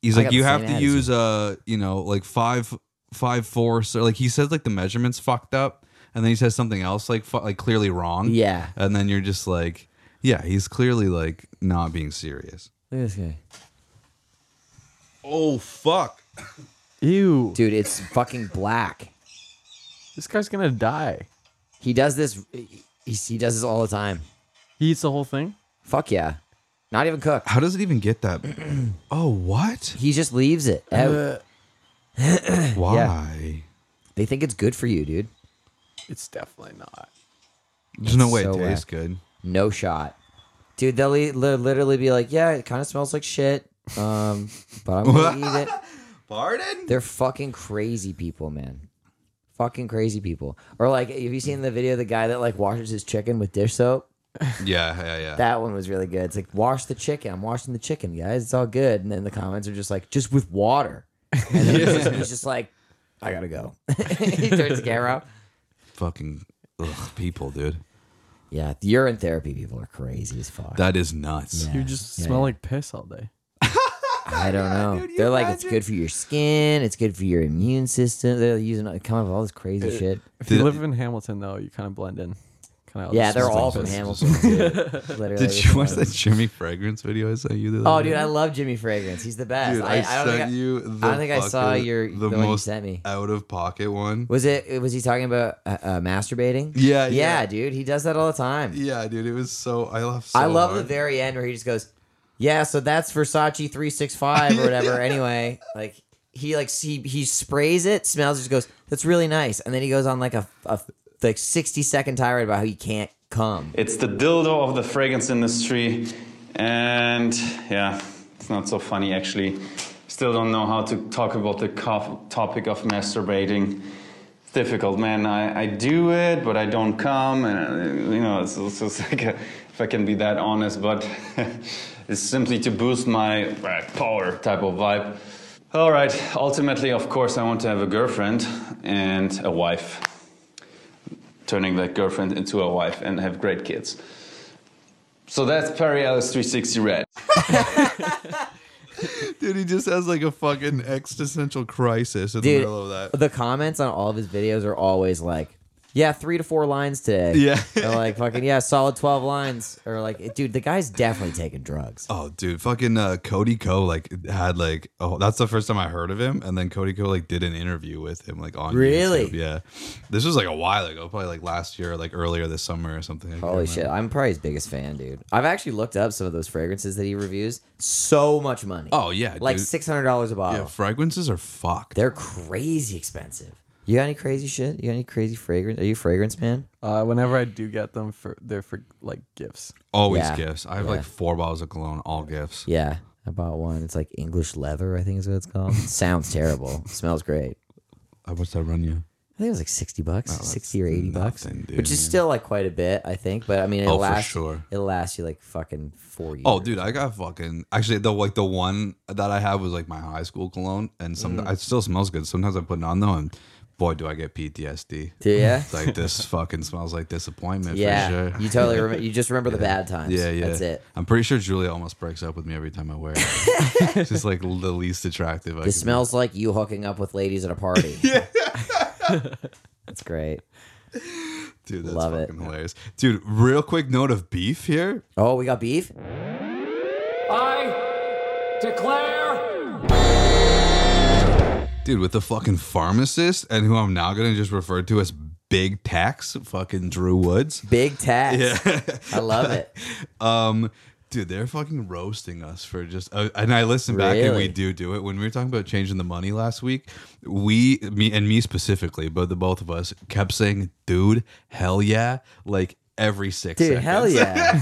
S2: he's
S1: I
S2: like
S1: got
S2: you
S1: the
S2: have
S1: same
S2: to
S1: attitude."
S2: use uh you know like five five fourths or like he says like the measurements fucked up, and then he says something else like fu- like clearly wrong.
S1: Yeah.
S2: and then you're just like, yeah, he's clearly like not being serious.
S1: Look at this guy.
S2: Oh fuck.
S6: Ew.
S1: Dude, it's fucking black.
S6: This guy's gonna die.
S1: He does this. He, he does this all the time.
S6: He eats the whole thing?
S1: Fuck yeah. Not even cook.
S2: How does it even get that? oh, what?
S1: He just leaves it. out.
S6: Uh-huh.
S2: Why?
S1: they think it's good for you, dude.
S6: It's definitely not.
S2: There's no way
S1: so
S2: it tastes
S1: whack.
S2: good.
S1: No shot. Dude, they'll, li- li- literally be like, yeah, it kind of smells like shit, um, but I'm going to eat it.
S2: Pardon?
S1: They're fucking crazy people, man. Fucking crazy people. Or like, have you seen the video of the guy that like washes his chicken with dish soap?
S2: Yeah, yeah, yeah.
S1: That one was really good. It's like, wash the chicken. I'm washing the chicken, guys. It's all good. And then the comments are just like, just with water. And then he's, just, he's just like, I gotta go. he turns the camera off.
S2: Fucking ugh, people, dude.
S1: Yeah, the urine therapy people are crazy as fuck.
S2: That is nuts.
S1: Yeah.
S6: You just
S1: yeah,
S6: smell
S1: yeah.
S6: like piss all day.
S1: I don't know. They're like, it's good for your skin. It's good for your immune system. They're using come up with all this crazy shit.
S6: If you
S2: Did-
S6: live in Hamilton though, you kind of blend in. Kind of
S1: Yeah, they're all from
S2: this-
S1: Hamilton. Dude. Literally,
S2: Did you watch
S1: everyone.
S2: that Jimmy Fragrance video I sent you? The
S1: Oh,
S2: other
S1: dude,
S2: day?
S1: I love Jimmy Fragrance. He's the best.
S2: Dude,
S1: I, I don't think
S2: sent
S1: I,
S2: you.
S1: I
S2: The
S1: don't think I saw
S2: fucking-
S1: your the,
S2: the
S1: one you
S2: most
S1: sent me.
S2: out of pocket one.
S1: Was it? Was he talking about uh, uh, masturbating?
S2: Yeah,
S1: yeah,
S2: yeah.
S1: dude. He does that all the time.
S2: Yeah, dude, it was so. I laughed. So
S1: I love the
S2: hard.
S1: very end where he just goes, "Yeah, so that's Versace three six five or whatever." Anyway, like he like he he sprays it, smells, it, just goes, "That's really nice," and then he goes on like a, a like sixty second tirade about how he can't come.
S9: It's the dildo of the fragrance industry, and yeah, it's not so funny actually. Still don't know how to talk about the cof- topic of masturbating. It's difficult, man. I, I do it, but I don't come, and uh, you know, it's, it's just like a, if I can be that honest, but it's simply to boost my uh, power type of vibe. All right. Ultimately, of course, I want to have a girlfriend and a wife turning that girlfriend into a wife and have great kids. So that's Perry Ellis 360 Red.
S2: Dude, he just has like a fucking existential crisis in the
S1: Dude,
S2: middle of that.
S1: the comments on all of his videos are always like, "Yeah, three to four lines today."
S2: Yeah.
S1: or like fucking yeah, solid twelve lines. Or like, dude, the guy's definitely taking drugs.
S2: Oh, dude, fucking uh, Cody Co like had like oh that's the first time I heard of him, and then Cody Co like did an interview with him like on
S1: Really?
S2: YouTube. Yeah, this was like a while ago, probably like last year, like earlier this summer or something. I can't
S1: Holy
S2: remember.
S1: shit, I'm probably his biggest fan, dude. I've actually looked up some of those fragrances that he reviews. So much money.
S2: Oh yeah,
S1: like
S2: dude.
S1: six hundred dollars a bottle.
S2: Yeah, fragrances are fucked.
S1: They're crazy expensive. You got any crazy shit? You got any crazy fragrance? Are you a fragrance man?
S6: Uh, whenever I do get them, for they're for like gifts.
S2: Always
S1: Yeah.
S2: gifts. I have
S1: Yeah.
S2: like four bottles of cologne, all gifts.
S1: Yeah, I bought one. It's like English leather, I think is what it's called. Sounds terrible. Smells great.
S2: How much that run you?
S1: I think it was like sixty bucks,
S2: Oh, that's
S1: sixty or eighty bucks,
S2: nothing, dude,
S1: which is
S2: yeah.
S1: still like quite a bit, I think. But I mean, it
S2: Oh, for
S1: lasts.
S2: sure.
S1: It lasts you like fucking four years.
S2: Oh, dude, I got fucking actually the like the one that I have was like my high school cologne, and some
S1: Mm.
S2: it still smells good. Sometimes I put it on though, and boy, do I get PTSD.
S1: Do ya?
S2: It's like this fucking smells like disappointment
S1: yeah.
S2: for sure.
S1: You totally remember. You just remember the bad times.
S2: yeah, yeah.
S1: That's it.
S2: I'm pretty sure Julia almost breaks up with me every time I wear it. It's just like the least attractive. I
S1: It
S2: could
S1: smells like you hooking up with ladies at a party. yeah, that's great.
S2: be. Dude, that's
S1: love it.
S2: fucking hilarious. Dude, real quick note of beef here.
S1: Oh, we got beef.
S2: dude with the fucking pharmacist and who i'm now gonna just refer to as big tax fucking drew woods
S1: Big tax. I love it.
S2: um dude they're fucking roasting us for just uh, and i listened back and
S1: Really?
S2: we do do it when we were talking about changing the money last week we me and me specifically but the both of us kept saying dude hell yeah like every six
S1: Dude,
S2: seconds.
S1: hell yeah.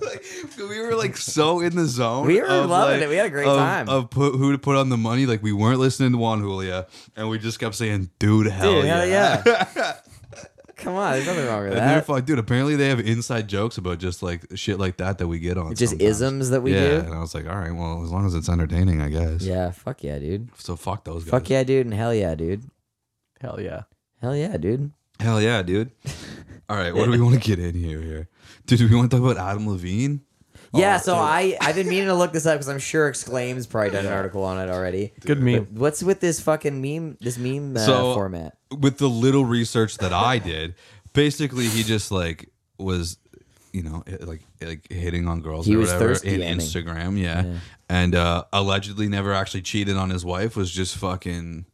S2: Like, we were like so in the zone.
S1: We were
S2: of,
S1: loving
S2: like,
S1: it. We had a great
S2: of-
S1: time.
S2: of put, who to put on the money. Like we weren't listening to Juan Julia, and we just kept saying, "Dude, hell
S1: Dude,
S2: Oh, yeah."
S1: hell yeah. Come on, there's nothing wrong with
S2: And they're
S1: that.
S2: fuck, dude. Apparently, they have inside jokes about just like shit like that that we get on.
S1: Just
S2: sometimes.
S1: isms that we
S2: yeah,
S1: do.
S2: and I was like, all right, well, as long as it's entertaining, I guess.
S1: Yeah, fuck yeah, dude.
S2: So fuck those guys.
S1: Fuck yeah, dude, and hell yeah, dude.
S6: Hell yeah.
S1: Hell yeah, dude.
S2: Hell yeah, dude. all right, what do we want to get in here? Here, dude. Do we want to talk about Adam Levine? Oh,
S1: Yeah, so I I've been meaning to look this up because I'm sure Exclaim's probably done an article on it already.
S6: Good meme.
S1: But what's with this fucking meme? This meme uh,
S2: So-
S1: format.
S2: with the little research that I did, basically he just like was, you know, i- like like hitting on girls
S1: He
S2: or
S1: was
S2: whatever
S1: thirsty DMing.
S2: in Instagram, yeah. and uh, allegedly never actually cheated on his wife. Was just fucking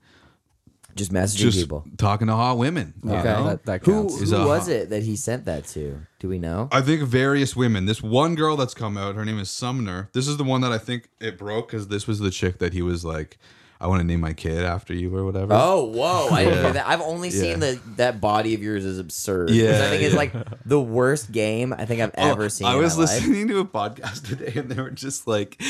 S1: Just messaging
S2: just
S1: people.
S2: talking to hot women. you
S1: Okay.
S2: know?
S6: That, that
S1: Who,
S6: counts.
S2: Is
S1: who
S2: a-
S1: was it that he sent that to? Do we know?
S2: I think various women. This one girl that's come out, her name is Sumner. This is the one that I think it broke because this was the chick that he was like, I want to name my kid after you or whatever.
S1: Oh, whoa! I didn't
S2: Yeah.
S1: hear that. I've only seen
S2: Yeah.
S1: the that body of yours is absurd. which I
S2: Yeah,
S1: think is
S2: yeah.
S1: like the worst game I think I've
S2: Oh,
S1: ever seen.
S2: I
S1: in
S2: was
S1: my life.
S2: listening to a podcast today, and they were just like,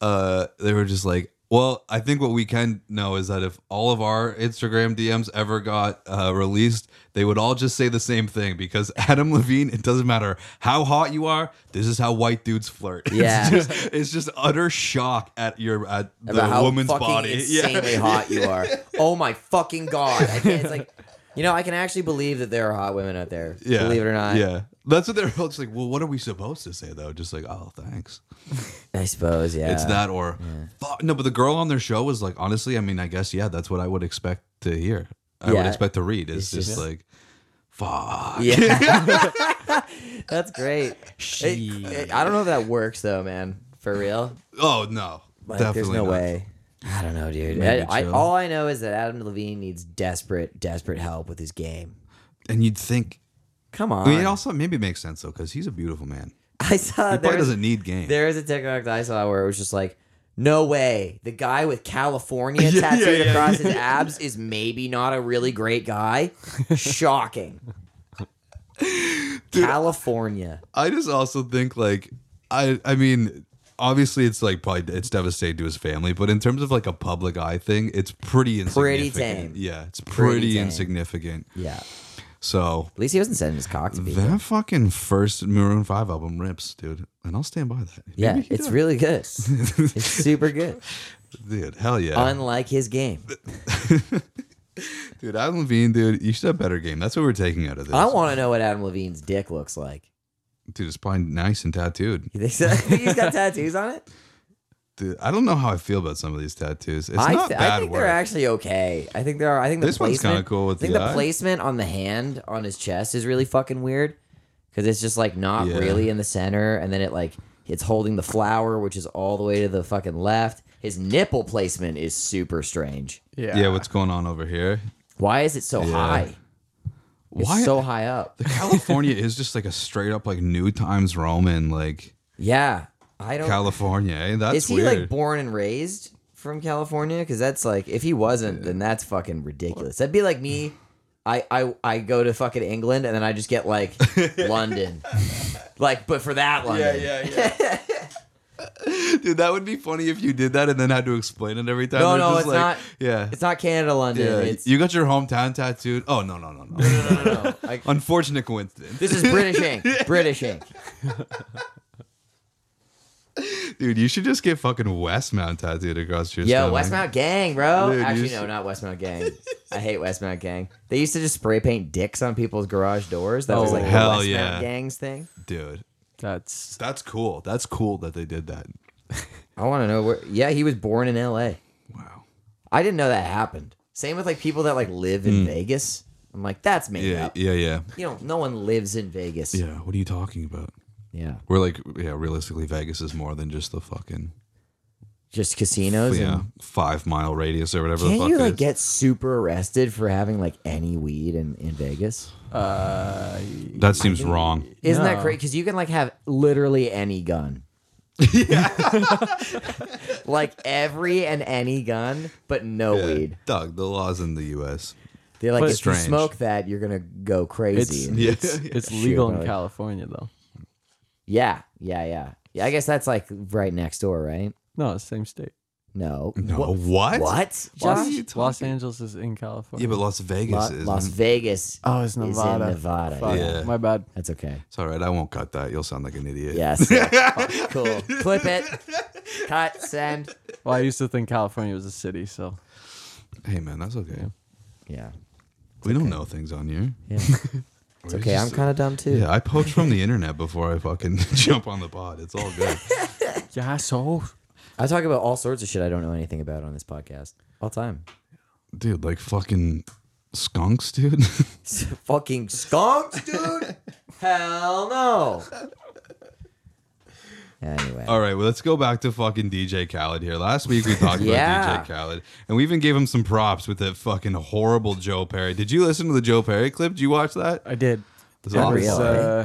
S2: uh, they were just like, well, I think what we can know is that if all of our Instagram DMs ever got uh, released, they would all just say the same thing because Adam Levine, it doesn't matter how hot you are, this is how white dudes flirt.
S1: Yeah.
S2: it's just, it's just utter shock at your at the
S1: about how
S2: woman's
S1: fucking
S2: body.
S1: insanely hot you are. Oh my fucking god! I can't, it's like, you know, I can actually believe that there are hot women out there.
S2: yeah,
S1: believe it or not.
S2: Yeah, that's what they're all just like. Well, what are we supposed to say though? Just like, oh, thanks.
S1: I suppose. Yeah,
S2: It's that or "Fuck." no, but the girl on their show was like, honestly, I mean, I guess yeah, that's what I would expect to hear. I would
S1: Yeah.
S2: expect to read. It's,
S1: It's
S2: just,
S1: just-
S2: like, fuck.
S1: Yeah, that's great. It- it- I don't know if that works though, man. For real,
S2: Oh no,
S1: like,
S2: definitely
S1: there's no
S2: not.
S1: way. I don't know, dude.
S2: Maybe
S1: I, I,
S2: chill.
S1: all I know is that Adam Levine needs desperate, desperate help with his game.
S2: And you'd think
S1: Come on.
S2: I mean, it also maybe makes sense though because he's a beautiful man.
S1: I saw
S2: He
S1: there
S2: probably
S1: was-
S2: doesn't need game.
S1: There is a TikTok that I saw where it was just like, no way. The guy with California
S2: Yeah,
S1: tattooed
S2: yeah, yeah,
S1: across his abs is maybe not a really great guy. Shocking. California.
S2: I just also think like I I mean obviously it's like probably it's devastating to his family, but in terms of like a public eye thing, it's pretty
S1: Pretty tame.
S2: insignificant. Yeah, it's pretty,
S1: Pretty tame.
S2: insignificant.
S1: Yeah.
S2: So
S1: At least he wasn't sending his cock to people.
S2: That fucking first Maroon Five album rips, dude, and I'll stand by that.
S1: yeah,
S2: Maybe he
S1: it's
S2: does.
S1: really good. it's super good.
S2: dude. Hell yeah,
S1: Unlike his game.
S2: dude. Adam Levine, dude, you should have better game. That's what we're taking out of this.
S1: I want to know what Adam Levine's dick looks like.
S2: dude. It's probably nice and tattooed.
S1: You think so? You think he's got tattoos on it?
S2: Dude, I don't know how I feel about some of these tattoos. It's
S1: I,
S2: not
S1: th-
S2: bad
S1: I think
S2: work.
S1: they're actually okay. I think there are. I think the
S2: This one's
S1: placement,
S2: kinda cool with
S1: I think
S2: the
S1: the,
S2: eye.
S1: placement on the hand on his chest is really fucking weird because it's just like not
S2: Yeah.
S1: really in the center, and then it like it's holding the flower, which is all the way to the fucking left. His nipple placement is super strange.
S6: Yeah.
S2: yeah. what's going on over here?
S1: Why is it so
S2: Yeah.
S1: high? It's
S2: Why
S1: so high up?
S2: California is just like a straight up like New Times Roman like
S1: Yeah, I don't.
S2: California. eh? That's
S1: is he
S2: weird.
S1: like born and raised from California? Because that's like, if he wasn't, then that's fucking ridiculous. That'd be like me. I, I I go to fucking England and then I just get like London, like but for that London.
S2: yeah, yeah. Dude, that would be funny if you did that and then had to explain it every time.
S1: No,
S2: They're
S1: no,
S2: just
S1: it's
S2: like-
S1: not.
S2: Yeah.
S1: It's not Canada, London.
S2: yeah.
S1: It's
S2: you got your hometown tattooed. Oh no, no, no, no.
S1: like,
S2: Unfortunate coincidence.
S1: this is British ink. British ink.
S2: Dude, you should just get fucking Westmount tattooed across your
S1: Yo,
S2: stomach.
S1: Westmount Gang, bro.
S2: Dude, you
S1: Actually,
S2: used
S1: no,
S2: to-
S1: not Westmount Gang. I hate Westmount Gang. They used to just spray paint dicks on people's garage doors. That was
S6: Oh,
S1: like
S2: hell
S1: the Westmount
S2: yeah.
S1: Gang's thing.
S2: Dude,
S6: That's
S2: that's cool. That's cool that they did that.
S1: I want to know where. Yeah, he was born in L.A.
S2: Wow.
S1: I didn't know that happened. Same with like people that like live in Vegas. I'm like, that's made
S2: Hmm. Yeah,
S1: up.
S2: yeah, yeah.
S1: You know, no one lives in Vegas.
S2: Yeah, what are you talking about?
S1: Yeah.
S2: We're like, yeah, realistically, Vegas is more than just the fucking
S1: Just casinos.
S2: yeah
S1: And
S2: five mile radius or whatever. the
S1: can
S2: fuck
S1: you
S2: it
S1: like
S2: is.
S1: get super arrested for having like any weed in, in Vegas?
S2: that seems wrong.
S1: Isn't that
S6: No.
S1: crazy? Because you can like have literally any gun. like every and any gun, but no
S2: Yeah.
S1: weed.
S2: Doug, the laws in the U.S.
S1: They're like,
S6: But-
S1: if
S2: Strange.
S1: you smoke that, you're gonna go crazy.
S6: It's-
S1: And-
S2: Yeah,
S6: it's
S1: Shit,
S6: legal in
S1: brother.
S6: California though.
S1: yeah, yeah, yeah, yeah. I guess that's like right next door, right?
S6: No, it's same state.
S1: No.
S2: no,
S1: Wha-
S2: what?
S1: What?
S6: Los,
S1: Josh?
S6: Los Angeles is in California.
S2: Yeah, but Las Vegas
S1: Las,
S2: is.
S1: Las Vegas.
S6: oh, it's
S1: in
S6: Nevada.
S1: Nevada,
S6: Fuck,
S2: yeah.
S6: My bad.
S1: That's okay.
S2: it's all right. I won't cut that. You'll sound like an idiot.
S1: Yes. Yeah, sick. cool. Clip it. Cut. Send.
S6: Well, I used to think California was a city, so
S2: Hey man, that's okay.
S1: Yeah.
S2: we don't know things on here.
S1: Yeah. It's
S2: We're
S1: okay. I'm
S2: just-
S1: kind of dumb too.
S2: Yeah, I poach from the internet before I fucking jump on the pod. It's all good.
S6: yeah, so
S1: I talk about all sorts of shit I don't know anything about on this podcast all time.
S2: dude, like fucking skunks, dude.
S1: Fucking skunks, dude. Hell no. Anyway.
S2: All right, well, let's go back to fucking DJ Khaled here. Last week we talked
S1: Yeah.
S2: about DJ Khaled, and we even gave him some props with that fucking horrible Joe Perry. Did you listen to the Joe Perry clip? Did you watch that?
S6: I did.
S2: That's
S1: Not
S2: awful.
S1: real. Really?
S6: Uh,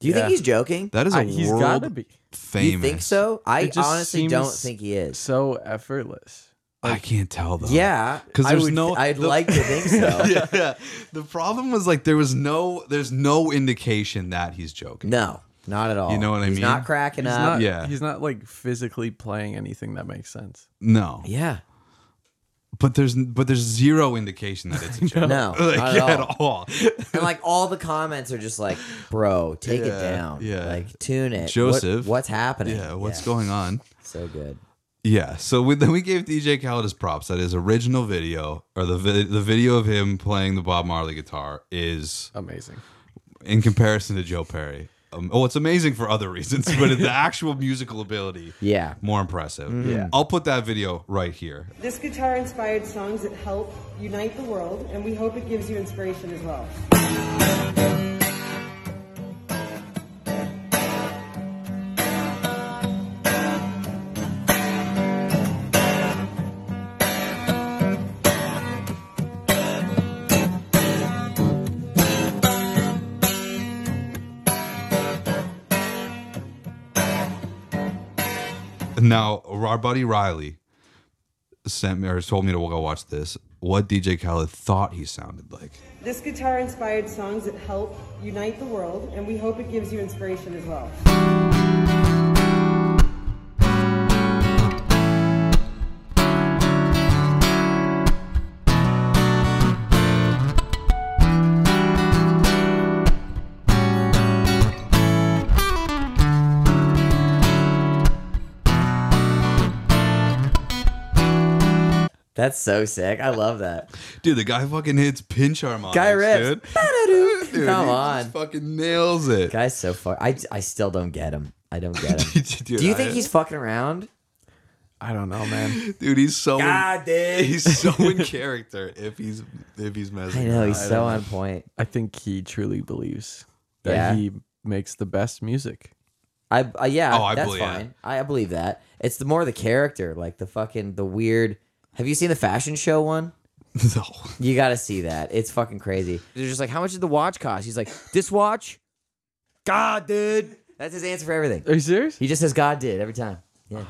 S1: Do you
S6: yeah.
S1: think he's joking?
S2: That is a
S6: I- he's
S2: world
S6: gotta be.
S2: famous.
S1: You think so? I
S6: It just
S1: honestly
S6: seems-
S1: don't think he is.
S6: so effortless.
S2: I can't tell though.
S1: Yeah.
S2: 'Cause
S1: I
S2: there's
S1: would-
S2: no-
S1: I'd
S2: the-
S1: like to think so.
S2: yeah. The problem was like there was no there's no indication that he's joking.
S1: No, not at all.
S2: You know what I
S1: He's
S2: mean?
S1: Not cracking
S6: He's
S1: up.
S6: not.
S2: yeah.
S6: He's not like physically playing anything that makes sense.
S2: No.
S1: Yeah.
S2: But there's but there's zero indication that it's a joke.
S1: No,
S2: Like,
S1: not at all.
S2: all.
S1: And like all the comments are just like, bro, take it
S2: Yeah,
S1: down.
S2: yeah.
S1: Like tune it. What-
S2: Joseph.
S1: what's happening?
S2: yeah, what's going on?
S1: So good.
S2: Yeah, so we, then we gave DJ Khaled his props. That his original video, or the vi- the video of him playing the Bob Marley guitar, is
S6: Amazing.
S2: in comparison to Joe Perry. Um, oh, it's amazing for other reasons, but the actual musical ability,
S1: Yeah. Mm-hmm.
S2: more impressive.
S6: Yeah.
S2: I'll put that video right here.
S10: This guitar inspired songs that help unite the world, and we hope it gives you inspiration as well.
S2: Now, our buddy Riley sent me or told me to go watch this. What DJ Khaled thought he sounded like.
S10: This guitar inspired songs that help unite the world, and we hope it gives you inspiration as well.
S1: That's so sick. I love that.
S2: Dude, the guy fucking hits pinch harmonics.
S1: Guy
S2: Dude.
S1: rips. Ba-da-doo.
S2: Dude,
S1: Come
S2: he
S1: on.
S2: just fucking nails it.
S1: Guy's so fuck. I, I still don't get him. I don't get him.
S2: Dude,
S1: Do you
S2: I-
S1: think he's fucking around?
S6: I don't know, man.
S2: dude. He's so
S1: God damn.
S2: in, he's so in character if he's if he's
S1: I
S2: messing.
S1: know
S2: around.
S1: he's so on point.
S6: I think he truly believes that
S1: Yeah.
S6: he makes the best music.
S1: I uh, yeah.
S2: Oh, I
S1: that's
S2: believe- yeah.
S1: fine. I believe that. It's the more the character, like the fucking the weird. Have you seen the fashion show one?
S2: No.
S1: You gotta see that. It's fucking crazy. They're just like, how much did the watch cost? He's like, this watch. God, dude. That's his answer for everything.
S6: Are you serious?
S1: He just says God did every time. Yeah.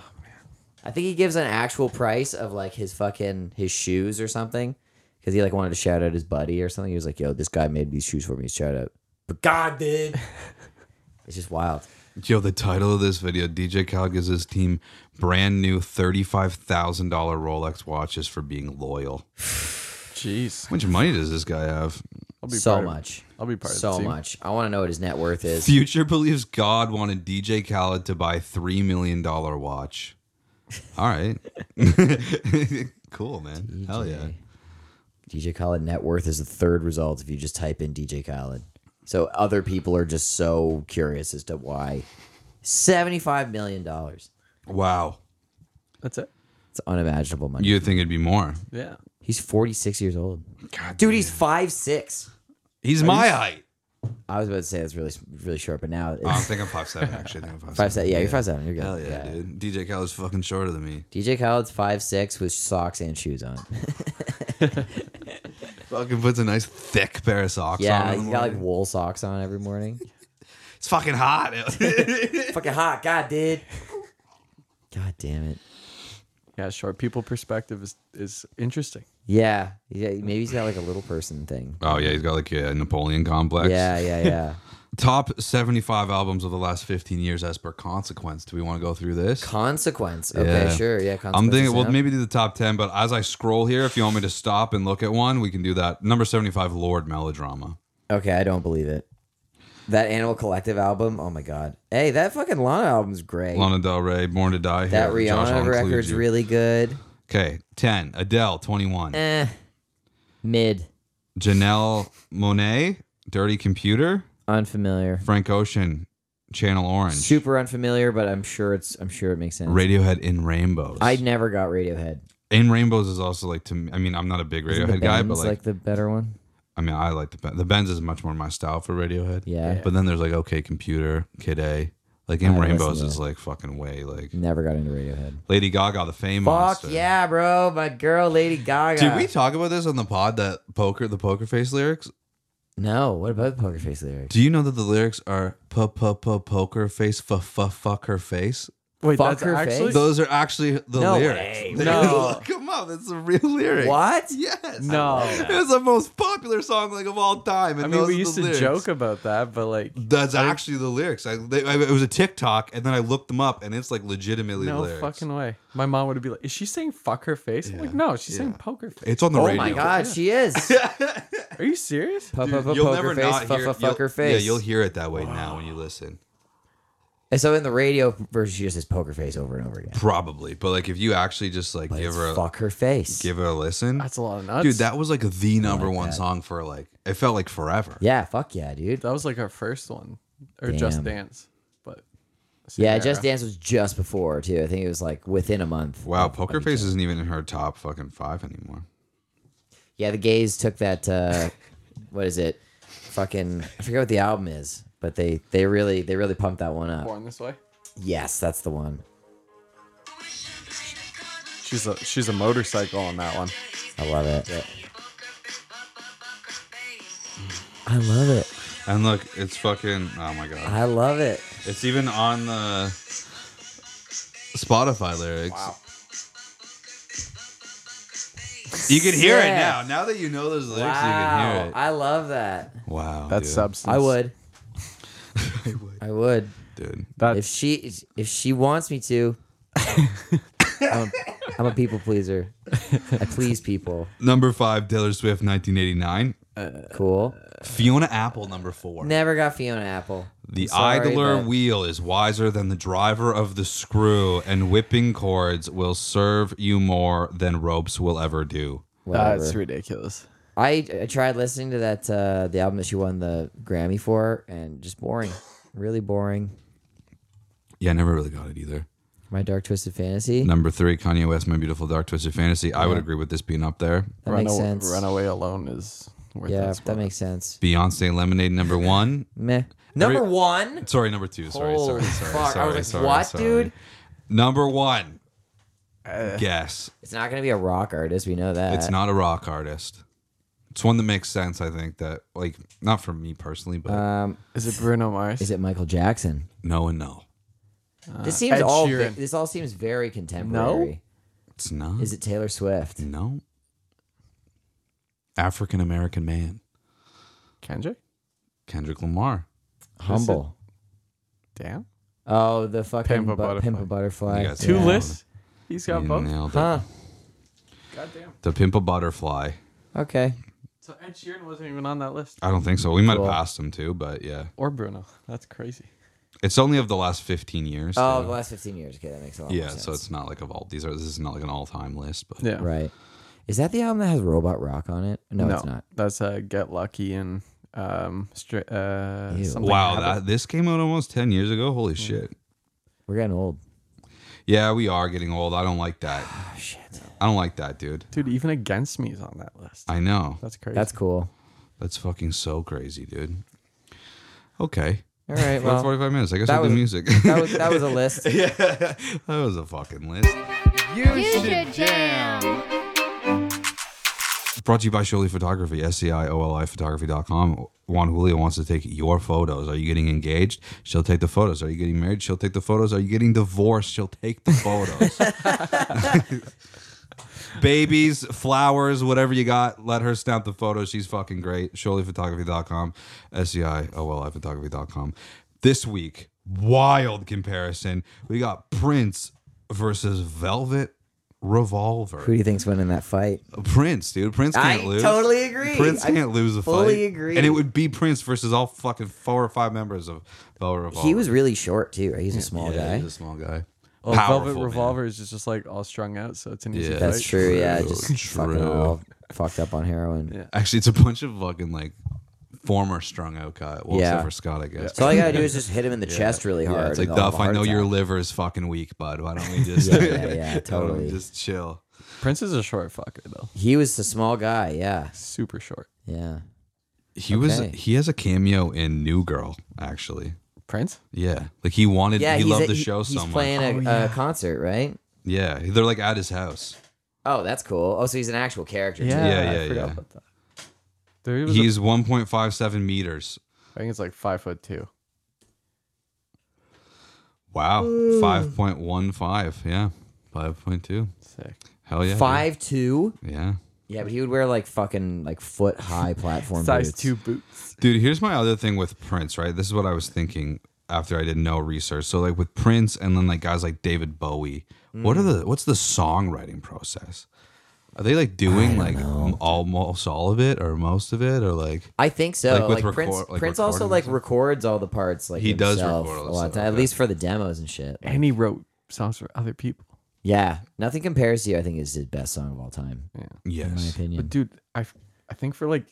S1: I think he gives an actual price of like his fucking his shoes or something because he like wanted to shout out his buddy or something. He was like, "Yo, this guy made these shoes for me. Shout out." But God did. it's just wild.
S2: Yo, the title of this video: DJ Khaled gives his team brand new thirty-five thousand dollar Rolex watches for being loyal.
S6: Jeez.
S2: How much money does this guy have?
S6: I'll be
S1: So
S6: part of-
S1: much.
S6: I'll be part of the
S1: so
S6: team.
S1: much. I want to know what his net worth is.
S2: Future believes God wanted DJ Khaled to buy three million dollar watch. All right, cool, man. Hell Oh, yeah.
S1: DJ Khaled net worth is the third result if you just type in DJ Khaled. So other people are just so curious as to why seventy-five million dollars.
S2: Wow,
S6: That's it.
S1: It's unimaginable money.
S2: you'd think it'd be more.
S6: Yeah.
S1: He's 46 years old. Dude, he's five six.
S2: He's my height.
S1: I was about to say that's really really short, but now it's
S2: Oh, I'm thinking five seven. Actually, I think I'm five,
S1: five seven. Yeah, you're five seven. You're good.
S2: Hell yeah, dude. DJ Khaled's fucking shorter than me.
S1: DJ Khaled's five six with socks and shoes on.
S2: Fucking puts a nice thick pair of socks on.
S1: yeah,
S2: in the
S1: he's got like
S2: morning.
S1: wool socks on every morning.
S2: it's fucking hot.
S1: Fucking hot, God did. God damn it.
S6: Yeah, sure. People perspective is is interesting.
S1: Yeah, yeah. Maybe he's got like a little person thing.
S2: oh yeah, he's got like a Napoleon complex.
S1: Yeah, yeah, yeah.
S2: Top seventy-five albums of the last fifteen years as per consequence. Do we want to go through this?
S1: Consequence. Okay,
S2: Yeah.
S1: sure. Yeah, consequence.
S2: I'm thinking
S1: is
S2: we'll
S1: down.
S2: maybe do the top ten, but as I scroll here, if you want me to stop and look at one, we can do that. Number seventy-five, Lord Melodrama.
S1: Okay, I don't believe it. That Animal Collective album. Oh my god. Hey, that fucking Lana album's great.
S2: Lana Del Rey, Born to Die.
S1: that
S2: Here, Josh, I'll
S1: Rihanna
S2: include
S1: record's
S2: you.
S1: really good.
S2: okay. Ten, Adele, twenty-one.
S1: Eh, mid.
S2: Janelle Monet, Dirty Computer,
S1: Unfamiliar.
S2: Frank Ocean, Channel Orange,
S1: Super unfamiliar, but I'm sure it's I'm sure it makes sense.
S2: Radiohead in Rainbows.
S1: I never got Radiohead.
S2: in Rainbows is also like to me. I mean, I'm not a big
S1: Isn't the
S2: Radiohead guy, but
S1: Benz,
S2: like,
S1: the better one.
S2: I mean, I like the Ben- the Benz is much more my style for Radiohead.
S1: Yeah. Yeah.
S2: But then there's like OK Computer, Kid A, like in
S1: I haven't
S2: Rainbows
S1: listened to
S2: is
S1: that.
S2: like fucking way like
S1: Never got into Radiohead.
S2: Lady Gaga, the Fame
S1: Fuck
S2: Monster.
S1: yeah, bro. My girl, Lady Gaga.
S2: Did we talk about this on the pod that poker the poker face lyrics?
S1: No. What about the Poker Face lyrics?
S2: Do you know that the lyrics are pu pu pu poker face fu fu fuck her face?
S6: Wait,
S1: Fuck
S6: that's
S1: her
S6: actually
S1: face?
S2: Those are actually the
S1: No
S2: lyrics.
S1: way.
S2: They-
S6: No.
S2: look 'em up. It's the real lyrics.
S1: What?
S2: Yes.
S6: no.
S2: It was the most popular song like of all time. And
S6: I
S2: those
S6: mean,
S2: are
S6: we used
S2: the
S6: to
S2: lyrics.
S6: joke about that, but like,
S2: That's actually the lyrics. I, they, I, it was a TikTok, and then I looked them up, and it's like legitimately
S6: no
S2: lyrics.
S6: fucking way. My mom would be like, "Is she saying fuck her face?" I'm like,
S2: Yeah.
S6: no, she's saying
S2: Yeah.
S6: poker face.
S2: It's on the
S1: Oh
S2: radio.
S1: my god, she is.
S6: Are you serious?
S1: Puff,
S2: Dude,
S1: puff, puff,
S2: you'll
S1: poker
S2: never
S1: face,
S2: not
S1: fuff,
S2: hear.
S1: fuff,
S2: you'll-
S1: fuck her face.
S2: Yeah, you'll hear it that way now when you listen.
S1: And so in the radio version, she just says poker face over and over again.
S2: Probably, but like if you actually just like give
S1: It's
S2: her a,
S1: fuck her face.
S2: give her a listen,
S6: That's a lot of nuts,
S2: dude. That was like the number one song for like it felt like forever.
S1: yeah, fuck yeah, dude.
S6: That was like our first one, or Just
S1: Damn.
S6: Dance, but same
S1: Yeah,
S6: era.
S1: Just Dance was just before too. I think it was like within a month.
S2: Wow, Poker Face isn't even in her top fucking five anymore.
S1: Yeah, the gays took that. Uh, what is it? Fucking I forget what the album is, but they they really they really pumped that one up.
S6: Born this way.
S1: Yes, that's the one.
S6: She's a she's a motorcycle on that one.
S1: I love it. I love it.
S2: And look, it's fucking. Oh my god,
S1: I love it.
S2: it's even on the Spotify lyrics. You can hear it
S1: Yeah.
S2: now. Now that you know those lyrics, you can
S1: Wow,
S2: hear it.
S1: I love that.
S2: Wow,
S6: That's
S2: dude.
S6: substance.
S1: I would. I would.
S2: dude.
S1: If
S6: That's
S1: she if she wants me to, I'm, I'm a people pleaser. I please people.
S2: Number five, Taylor Swift, 1989.
S1: Cool.
S2: Fiona Apple, number four.
S1: Never got Fiona Apple.
S2: The
S1: I'm sorry,
S2: idler
S1: but-
S2: wheel is wiser than the driver of the screw, and whipping cords will serve you more than ropes will ever do.
S1: whatever.
S6: that's ridiculous.
S1: I, I tried listening to that uh, the album that she won the Grammy for, and just boring, really boring.
S2: Yeah, I never really got it either.
S1: My Dark Twisted Fantasy.
S2: Number three, Kanye West, My Beautiful Dark Twisted Fantasy. I would agree with this being up there.
S1: That makes sense.
S6: Run away alone is worth
S1: yeah,
S6: that.
S1: that makes sense.
S2: Beyonce Lemonade, number one.
S1: Meh. Number
S2: Every-
S1: one.
S2: Sorry, number two. Sorry,
S1: Holy
S2: sorry, sorry,
S1: fuck. I
S2: sorry,
S1: was like,
S2: sorry,
S1: what,
S2: sorry.
S1: dude? Uh,
S2: Number one. Guess
S1: It's not gonna be a rock artist. We know that.
S2: it's not a rock artist. It's one that makes sense. I think that like not for me personally, but
S1: Um,
S6: Is it Bruno Mars?
S1: is it Michael Jackson?
S2: no and no,
S1: this seems
S6: Uh, Ed
S1: all.
S6: Sheeran.
S1: This all seems very contemporary.
S2: it's not.
S1: Is it Taylor Swift?
S2: no? African American man,
S6: Kendrick?
S2: Kendrick Lamar.
S1: Humble.
S6: Damn.
S1: Oh, the fucking
S6: Pimp a
S1: bu-
S6: Butterfly.
S1: Pimp a butterfly.
S2: You got
S6: Two
S2: Yeah.
S6: lists. He's got
S2: You
S6: both.
S2: nailed it.
S1: Huh.
S2: To Pimp a Butterfly.
S1: Okay.
S6: So Ed Sheeran wasn't even on that list.
S2: I don't think so. We might have
S1: Cool.
S2: passed him too, but yeah,
S6: Or Bruno. That's crazy.
S2: it's only of the last fifteen years.
S1: Oh,
S2: too.
S1: the last fifteen years. Okay, that makes a lot.
S2: yeah.
S1: more sense.
S2: So it's not like of all these are. This is not like an all-time list, but
S6: Yeah.
S1: right. Is that the album that has Robot Rock on it? No,
S6: no,
S1: it's not.
S6: That's uh, Get Lucky and um, stra- uh,
S1: Ew.
S6: something
S2: Wow,
S6: Habit.
S2: that, this came out almost 10 years ago. Holy shit.
S1: We're getting old.
S2: Yeah, we are getting old. I don't like that. I don't like that, dude.
S6: Dude, even Against Me is on that list.
S2: I know.
S6: That's crazy.
S1: That's cool.
S2: That's fucking so crazy, dude. Okay.
S1: All right.
S2: About
S1: Well,
S2: 45 minutes. I guess
S1: that
S2: with the
S1: was-
S2: music.
S1: that was that was a list.
S2: yeah. That was a fucking list.
S8: You should jam.
S2: Brought to you by Sholey Photography, S-C-I-O-L-I photography.com. Juan Julio wants to take your photos. Are you getting engaged? She'll take the photos. Are you getting married? She'll take the photos. Are you getting divorced? She'll take the photos. Babies, flowers, whatever you got, let her snap the photos. She's fucking great. SholeyPhotography.com, S-C-I-O-L-I photography.com. This week, wild comparison. We got Prince versus Velvet Revolver.
S1: Who do you think's winning that fight?
S2: Prince, dude. Prince can't
S1: I
S2: lose.
S1: totally agree.
S2: Prince
S1: I
S2: can't lose a fight.
S1: fully agree.
S2: And it would be Prince versus all fucking four or five members of Velvet Revolver.
S1: He was really short too. Right? He's a small
S2: yeah,
S1: guy.
S2: He's a small guy.
S6: Well,
S2: Powerful,
S6: Oh, Velvet
S2: man.
S6: Revolver is just, just like all strung out, so it's an easy
S2: Yeah.
S6: fight.
S1: That's true. Yeah,
S2: True,
S1: just fucking
S2: true.
S1: all fucked up on heroin.
S6: Yeah.
S2: Actually, it's a bunch of fucking like former strung out guys. Well,
S1: Yeah.
S2: except for Scott, I guess.
S1: So all you gotta do is just hit him in the chest really hard.
S2: Yeah, it's like
S1: and they'll have
S2: Duff.
S1: a
S2: I
S1: heart
S2: know your
S1: attack.
S2: liver is fucking weak, bud. Why don't we just
S1: Yeah, yeah, yeah,
S2: why don't we
S1: totally.
S2: just chill?
S6: Prince is a short fucker though.
S1: He was the small guy. Yeah,
S6: Super short.
S1: yeah.
S2: He was.
S1: Okay.
S2: He has a cameo in New Girl, actually.
S6: Prince?
S2: Yeah, like he wanted.
S1: Yeah,
S2: he
S1: he's
S2: loved
S1: at-
S2: the
S1: he-
S2: show
S1: He's
S2: so much.
S1: playing
S6: Oh,
S1: a, a concert, right?
S2: yeah, they're like at his house.
S1: Oh, that's cool. Oh, so he's an actual character. too.
S2: Yeah, yeah,
S6: I forgot
S2: yeah.
S6: about that. Dude, he was
S2: He's 1.57 meters.
S6: a- I think it's like five foot two.
S2: Wow. 5.15. Yeah. 5.2.
S6: Sick.
S2: Hell yeah. dude.
S1: Five two.
S2: Yeah.
S1: Yeah, but he would wear like fucking like foot high platform
S6: Size
S1: boots.
S6: two boots.
S2: Dude, here's my other thing with Prince, right? This is what I was thinking after I did no research. So like with Prince and then like guys like David Bowie, what are the what's the songwriting process? Are they like doing like m- almost all of it or most of it or like
S1: I think so.
S2: Like,
S1: Like,
S2: with record-
S1: Prince,
S2: like
S1: Prince also
S2: recording
S1: like
S2: stuff?
S1: records all the parts. Like
S2: He does
S1: himself
S2: record
S1: a
S2: all the
S1: lot of
S2: stuff,
S1: time, at
S2: yeah.
S1: least for the demos and shit. Like,
S6: And he wrote songs for other people.
S1: yeah, nothing compares to you. I think is his best song of all time, in my
S2: yes.
S1: opinion.
S6: But dude, I f- I think for like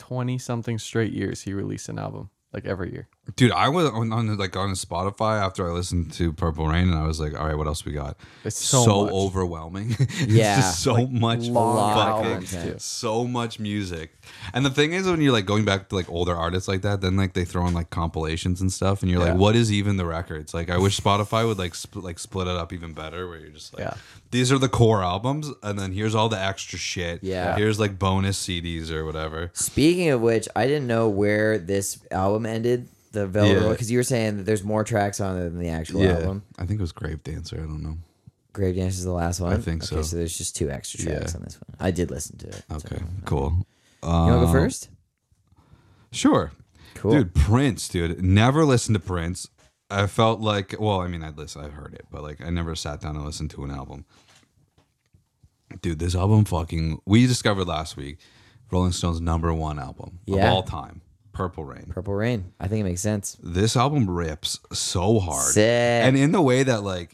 S6: twenty something straight years he released an album. Like every year.
S2: Dude, I was on, on like on Spotify after I listened to Purple Rain and I was like, all right, what else we got?
S6: It's
S2: so,
S6: so, much.
S2: overwhelming.
S1: Yeah.
S2: it's just so much
S1: long
S2: fucking,
S1: content.
S2: so much music. And the thing is, when you're like going back to like older artists like that, then like they throw in like compilations and stuff, and you're like, what is even the records? Like, I wish Spotify would like spl- like split it up even better, where you're just like,
S6: Yeah.
S2: these are the core albums, and then here's all the extra shit.
S1: Yeah.
S2: here's like bonus CDs or whatever.
S1: Speaking of which, I didn't know where this album ended, the Velvet
S2: Yeah.
S1: because you were saying that there's more tracks on it than the actual album.
S2: I think it was Grave Dancer. I don't know.
S1: Grave Dance is the last one.
S2: think
S1: okay,
S2: so.
S1: So there's just two extra tracks on this one. I did listen to it. so-
S2: Okay, cool.
S1: you
S6: Um,
S1: want to go first?
S2: Sure.
S1: Cool.
S2: Dude, Prince, dude. Never listened to Prince. I felt like, well, I mean, I'd listen, I've heard it, but like, I never sat down and listened to an album. Dude, this album fucking, we discovered last week Rolling Stone's number one album
S1: Yeah.
S2: of all time, Purple Rain.
S1: Purple Rain. I think it makes sense.
S2: This album rips so hard.
S1: Sick.
S2: And in the way that like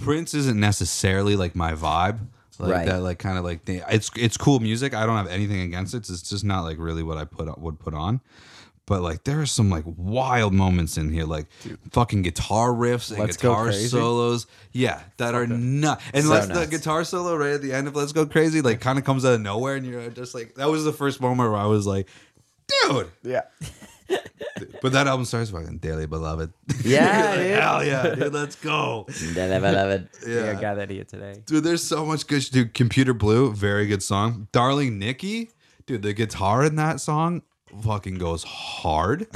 S2: Prince isn't necessarily like my vibe. Like
S1: Right.
S2: that like kind of like thing. it's it's cool music. I don't have anything against it. It's just not like really what I put on, would put on. But like there are some like wild moments in here, like fucking guitar riffs and
S6: Let's Go
S2: guitar
S6: Crazy?
S2: solos, yeah, that are nuts. And
S1: So
S2: let's the
S1: nuts.
S2: guitar solo right at the end of "Let's Go Crazy" like kind of comes out of nowhere, and you're just like, that was the first moment where I was like, dude.
S6: Yeah.
S2: But that album starts fucking "Daily Beloved."
S1: Yeah,
S2: Like,
S1: dude.
S2: hell yeah, dude, let's go.
S1: Da- da- da- da- da.
S2: Yeah.
S11: I got that idiot today.
S2: Dude, there's so much good. sh- Dude, Computer Blue, very good song. Darling Nikki, dude, the guitar in that song fucking goes hard.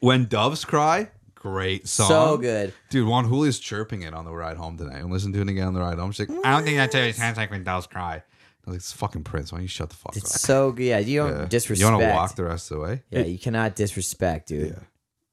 S2: when Doves Cry, great song.
S1: So good.
S2: Dude, Juan Julio's chirping it on the ride home tonight. And listen to it again on the ride home. She's like, I don't think that's it. It sounds like when Doves Cry. I was like, it's fucking Prince. Why don't you shut the fuck
S1: It's
S2: up?
S1: so good. Yeah, you don't
S2: Yeah.
S1: disrespect.
S2: You want to walk the rest of the way?
S1: yeah, you cannot disrespect, dude.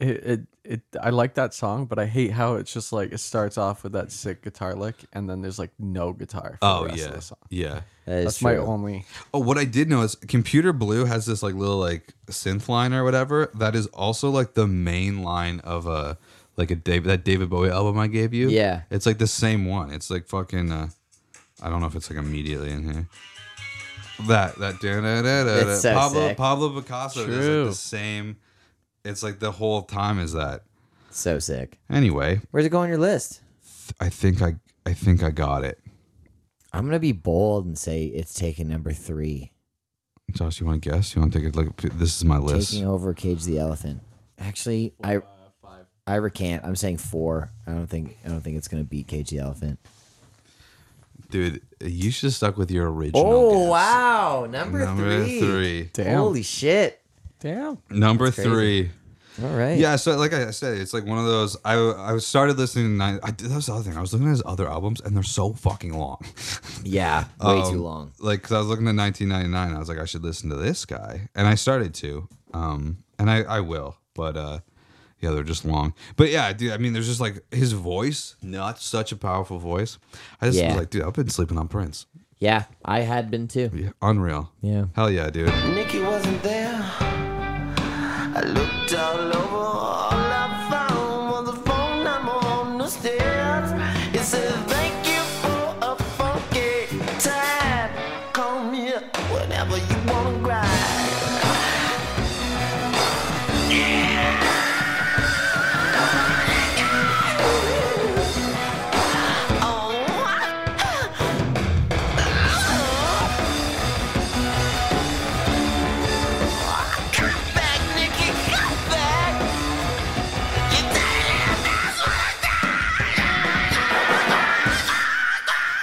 S2: Yeah.
S6: It, it it I like that song, but I hate how it's just like it starts off with that sick guitar lick, and then there's like no guitar. For
S2: Oh,
S6: the rest of
S2: yeah.
S6: the song.
S2: Yeah.
S1: That is
S6: that's my
S1: true.
S6: only.
S2: Oh, what I did know is Computer Blue has this like little like synth line or whatever that is also like the main line of a like a David that David Bowie album I gave you.
S1: Yeah.
S2: it's like the same one. It's like fucking. Uh, I don't know if it's like immediately in here. That that da da da da.
S1: It's so
S2: Pablo
S1: sick.
S2: Pablo Picasso is like
S6: True.
S2: the same. It's like the whole time is that.
S1: So sick.
S2: Anyway,
S1: Where's it go on your list?
S2: I think I I think I got it.
S1: I'm gonna be bold and say it's taking number three,
S2: Josh, you want to guess? You want to take a look? This is my list.
S1: taking over Cage the Elephant. Actually, I I recant. I'm saying four. I don't think I don't think it's gonna beat Cage the Elephant.
S2: Dude, you should have stuck with your original.
S1: Oh
S2: guess.
S1: wow, number,
S2: Number
S1: three.
S2: three.
S6: Damn.
S1: Holy shit!
S6: Damn.
S2: Number three.
S1: All right.
S2: Yeah, so like I said, it's like one of those. I I started listening to nine. I did, that was the other thing. I was looking at his other albums, and they're so fucking long.
S1: Yeah. Way
S2: Um,
S1: too long.
S2: Like, 'cause I was looking at 1999. I was like, I should listen to this guy, and I started to. Um, and I I will, but uh, yeah, they're just long. But yeah, dude. I mean, there's just like his voice, not such a powerful voice. I just
S1: Yeah.
S2: was like, dude, I've been sleeping on Prince.
S1: Yeah, I had been too.
S2: Yeah, unreal.
S1: Yeah.
S2: Hell yeah, dude.
S4: Nikki wasn't there. I looked all over. All I found was a phone number on the stairs. It said, Thank you for a funky time. Call me up whenever you wanna ride. Yeah. Oh, Come back, Nikki, come back. You did it.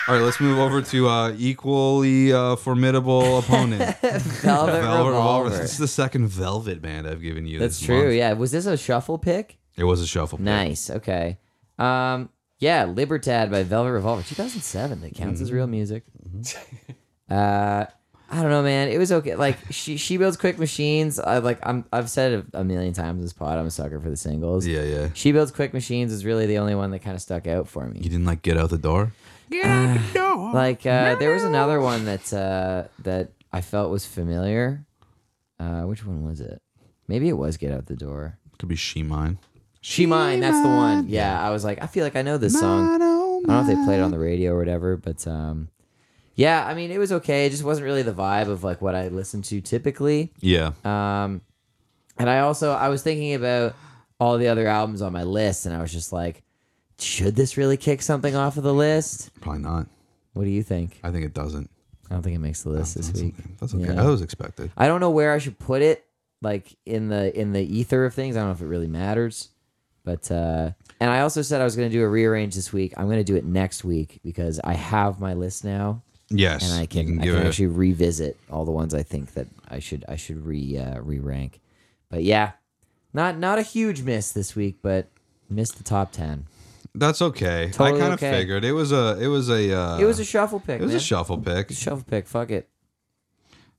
S2: All right, let's move over to uh, equally uh, formidable opponent,
S1: Velvet, Revolver.
S2: This is the second Velvet band I've given you.
S1: That's
S2: this
S1: true.
S2: month.
S1: Yeah. Was this a shuffle pick?
S2: It was a shuffle. pick.
S1: Nice. Okay. Um. Yeah. Libertad by Velvet Revolver, 2007. That counts as real
S2: Mm-hmm.
S1: music. uh. I don't know, man. It was okay. Like she she builds quick machines. I like I'm I've said it a million times in this pod. I'm a sucker for the singles.
S2: Yeah, yeah.
S1: She builds quick machines is really the only one that kind of stuck out for me.
S2: You didn't like get out the door.
S1: Like uh, there was another one that uh, that I felt was familiar. Uh, which one was it? Maybe it was Get Out the Door.
S2: Could be she mine.
S1: She Mine, oh that's the one. Yeah, I was like, I feel like I know this song. I don't know if they played it on the radio or whatever, but um, yeah, I mean, it was okay. It just wasn't really the vibe of like what I listen to typically.
S2: Yeah.
S1: Um, and I also I was thinking about all the other albums on my list, and I was just like, should this really kick something off of the list?
S2: Probably not.
S1: What do you think?
S2: I think it doesn't.
S1: I don't think it makes the list this
S2: That's
S1: week.
S2: okay. That's okay.
S1: Yeah.
S2: That was expected.
S1: I don't know where I should put it, like in the in the ether of things. I don't know if it really matters, but uh, and I also said I was going to do a rearrange this week. I'm going to do it next week because I have my list now,
S2: Yes.
S1: and I
S2: you
S1: can, I
S2: give
S1: can
S2: it-
S1: actually revisit all the ones I think that I should I should re uh, re rank. But yeah, not not a huge miss this week, but missed the top ten.
S2: That's okay. I
S1: Totally
S2: kind of
S1: okay.
S2: figured it was a. It was a. Uh,
S1: it was a shuffle pick.
S2: It was
S1: man.
S2: a shuffle pick.
S1: shuffle pick. Fuck it.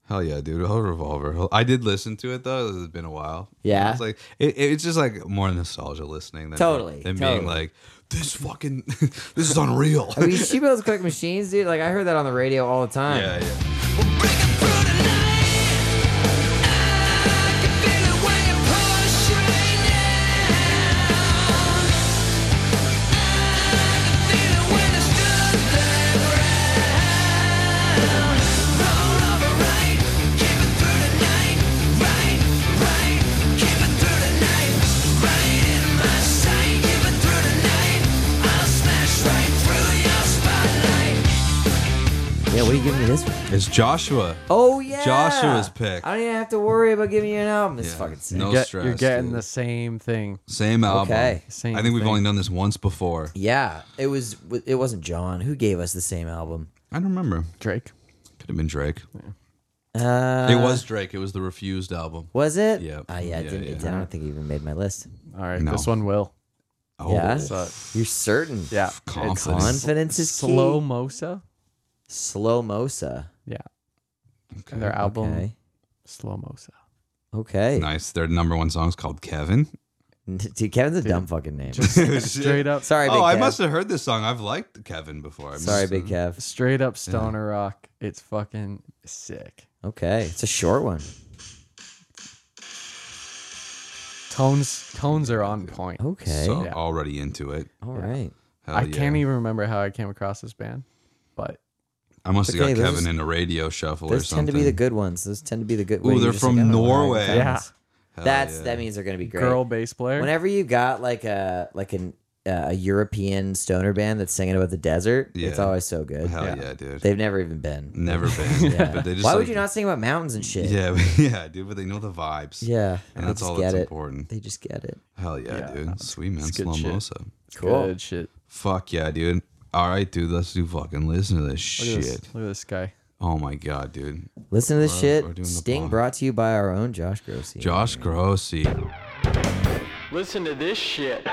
S2: Hell yeah, dude! Oh, Revolver. I did listen to it though. It's been a while.
S1: Yeah.
S2: it's like it, it's just like more nostalgia listening than
S1: Totally,
S2: than being
S1: totally.
S2: like this fucking this is unreal.
S1: I mean, she builds quick machines, dude. Like I heard that on the radio all the time.
S2: yeah, yeah.
S8: Right, right, right.
S1: What are you giving me this one?
S2: It's Joshua.
S1: Oh yeah,
S2: Joshua's pick.
S1: I don't even have to worry about giving you an album. This is fucking sick.
S2: No
S6: You get-
S2: stress.
S6: You're getting
S2: dude.
S6: the same thing.
S2: same album.
S1: Okay.
S6: Same
S2: I think we've
S6: thing.
S2: only done this once before.
S1: Yeah, it was. It wasn't John who gave us the same album.
S2: I don't remember.
S6: Drake.
S2: Could have been Drake.
S1: Uh,
S2: it was Drake. It was the Refused album.
S1: Was it?
S2: Yeah.
S1: Ah, yeah. it
S2: Yeah,
S1: didn't, it-
S2: yeah.
S1: I don't think it even made my list.
S6: All right,
S2: No.
S6: this one will.
S2: Oh,
S1: yeah.
S6: So,
S1: You're certain.
S6: yeah.
S2: confidence.
S1: Confidence is slow.
S6: Slow Mosa.
S1: Slow Mosa.
S6: Yeah.
S2: Okay.
S6: Their album
S1: Okay.
S6: Slow Mosa.
S1: Okay.
S2: Nice. Their number one song's called Kevin.
S1: Dude, Kevin's a dumb fucking name.
S6: Straight up.
S1: Sorry, Big
S2: oh, I
S1: Kev.
S2: must have heard this song. I've liked Kevin before. I
S1: Sorry,
S2: must-
S1: Big Kev.
S6: Straight up stoner rock. It's fucking sick.
S1: Okay, it's a short one.
S6: Tones tones are on point.
S1: Okay.
S2: So
S6: Yeah.
S2: already into it.
S1: All right.
S2: Hell
S6: I
S2: yeah.
S6: can't even remember how I came across this band, but
S2: I must have
S1: Okay,
S2: got
S1: those
S2: Kevin
S1: is-
S2: in a radio shuffle or
S1: Those
S2: something.
S1: tend to be the good ones. Those tend to be the good.
S2: Ooh,
S1: Wait, you
S2: they're
S1: just
S2: from
S1: think, oh,
S2: Norway.
S1: alright,
S6: Yeah.
S1: That's
S2: Hell
S1: that's-
S2: yeah.
S1: that means they're gonna be great.
S6: girl bass player.
S1: Whenever you got like a like an uh, a European stoner band that's singing about the desert, it's
S2: Yeah.
S1: always so good.
S2: Hell yeah, dude.
S1: They've never even been.
S2: Never been.
S1: Yeah.
S2: But they just
S1: Why would
S2: like-
S1: you not sing about mountains and shit?
S2: Yeah, yeah, dude. But they know the vibes.
S1: Yeah.
S2: And
S1: they
S2: that's
S1: just
S2: all
S1: get
S2: that's
S1: it.
S2: important.
S1: They just get it.
S2: Hell yeah,
S6: Yeah,
S2: dude. Sweet man,
S6: it's good shit.
S2: Slomosa.
S1: Cool.
S6: Good shit.
S2: Fuck yeah, dude. All right, dude. Let's do fucking listen to this
S6: Look
S2: shit.
S6: at, this, look at this guy.
S2: Oh my god, dude.
S1: Listen to this
S2: We're-
S1: shit.
S2: we're doing the
S1: Sting
S2: bomb.
S1: brought to you by our own Josh Grossi.
S2: Josh Grossi.
S5: Listen to this shit.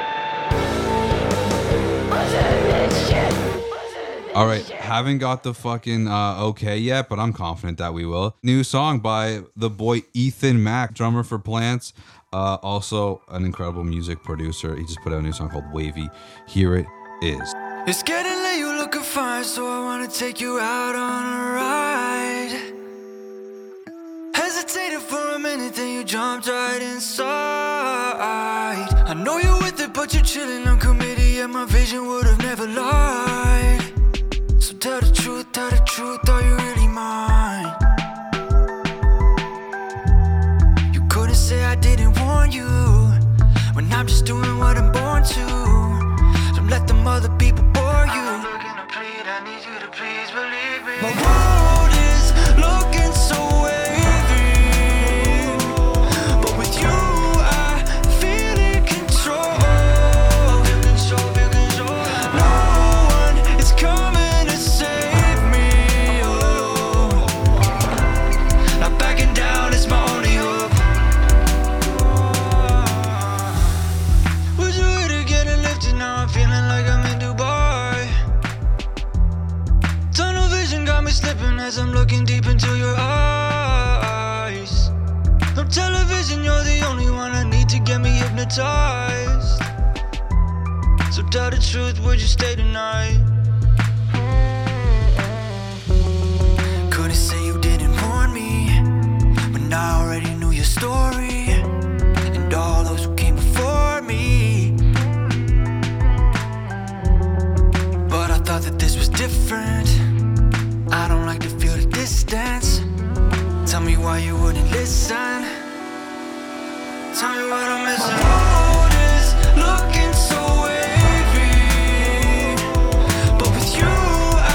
S2: All right, haven't got the fucking uh, okay yet, but I'm confident that we will. New song by the boy Ethan Mack, drummer for Plants, uh, also an incredible music producer. He just put out a new song called Wavy. Here it is.
S4: It's getting late, you looking fine, so I wanna take you out on a ride. Hesitated for a minute, then you jumped right inside. I know you're with it, but you're chilling. I'm committed, yeah, my vision would have never lied. So tell the truth, tell the truth, are you really mine? You couldn't say I didn't warn you when I'm just doing what I'm born to. Don't let them other people bore you. My world is looking so wavy, but with you I feel in control. No one is coming to save me. Oh. Not backing down is my only hope. Was you here to get it lifted? Now I'm feeling like I'm in Dubai. Tunnel vision got me slipping as I'm looking deep into your eyes. No television, you're the only one I need to get me hypnotized. So tell the truth, would you stay tonight? Couldn't say you didn't warn me when I already knew your story and all those who came before me. But I thought that this was different. I don't like to feel the distance. Tell me why you wouldn't listen. Tell me what I'm missing. Road is looking so wavy. But with you,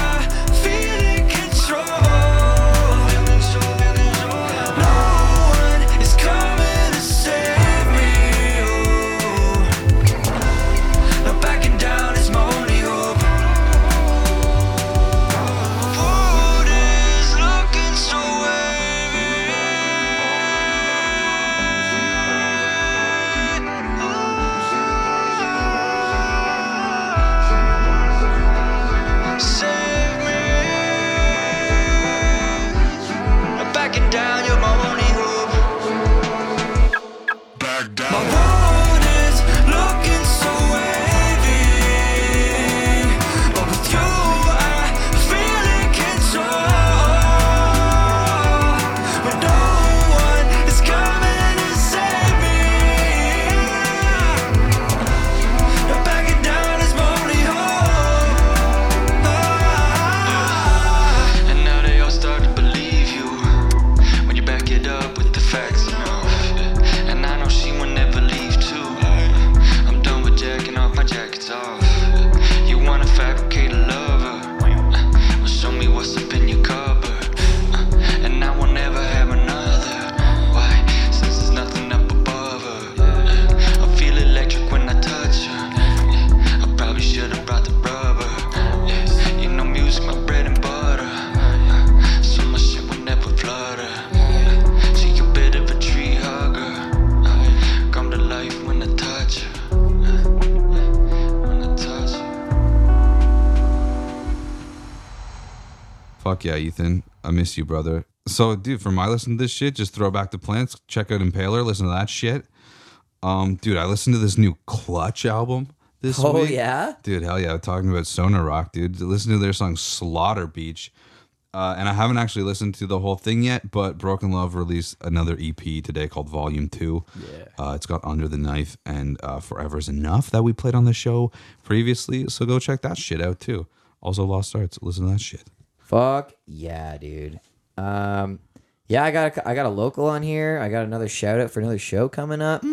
S4: I feel in control. No one is coming to save me. Oh. Now backing down is my only hope. Road is looking so wavy. Uh, Uh,
S2: Fuck yeah, Ethan. I miss you, brother. So, dude, for my listen to this shit, just throw back the plants, check out Impaler, listen to that shit. Um, dude, I listened to this new Clutch album this
S1: Oh,
S2: week.
S1: yeah?
S2: dude, hell yeah. Talking about Sonar Rock, dude. Listen to their song Slaughter Beach. Uh, and I haven't actually listened to the whole thing yet, but Broken Love released another EP today called Volume Two. Yeah, uh, it's got Under the Knife and uh, Forever's Enough that we played on the show previously. So go check that shit out too. Also, Lost Arts. Listen to that shit.
S1: Fuck yeah, dude. Um, yeah, I got a, I got a local on here. I got another shout out for another show coming up.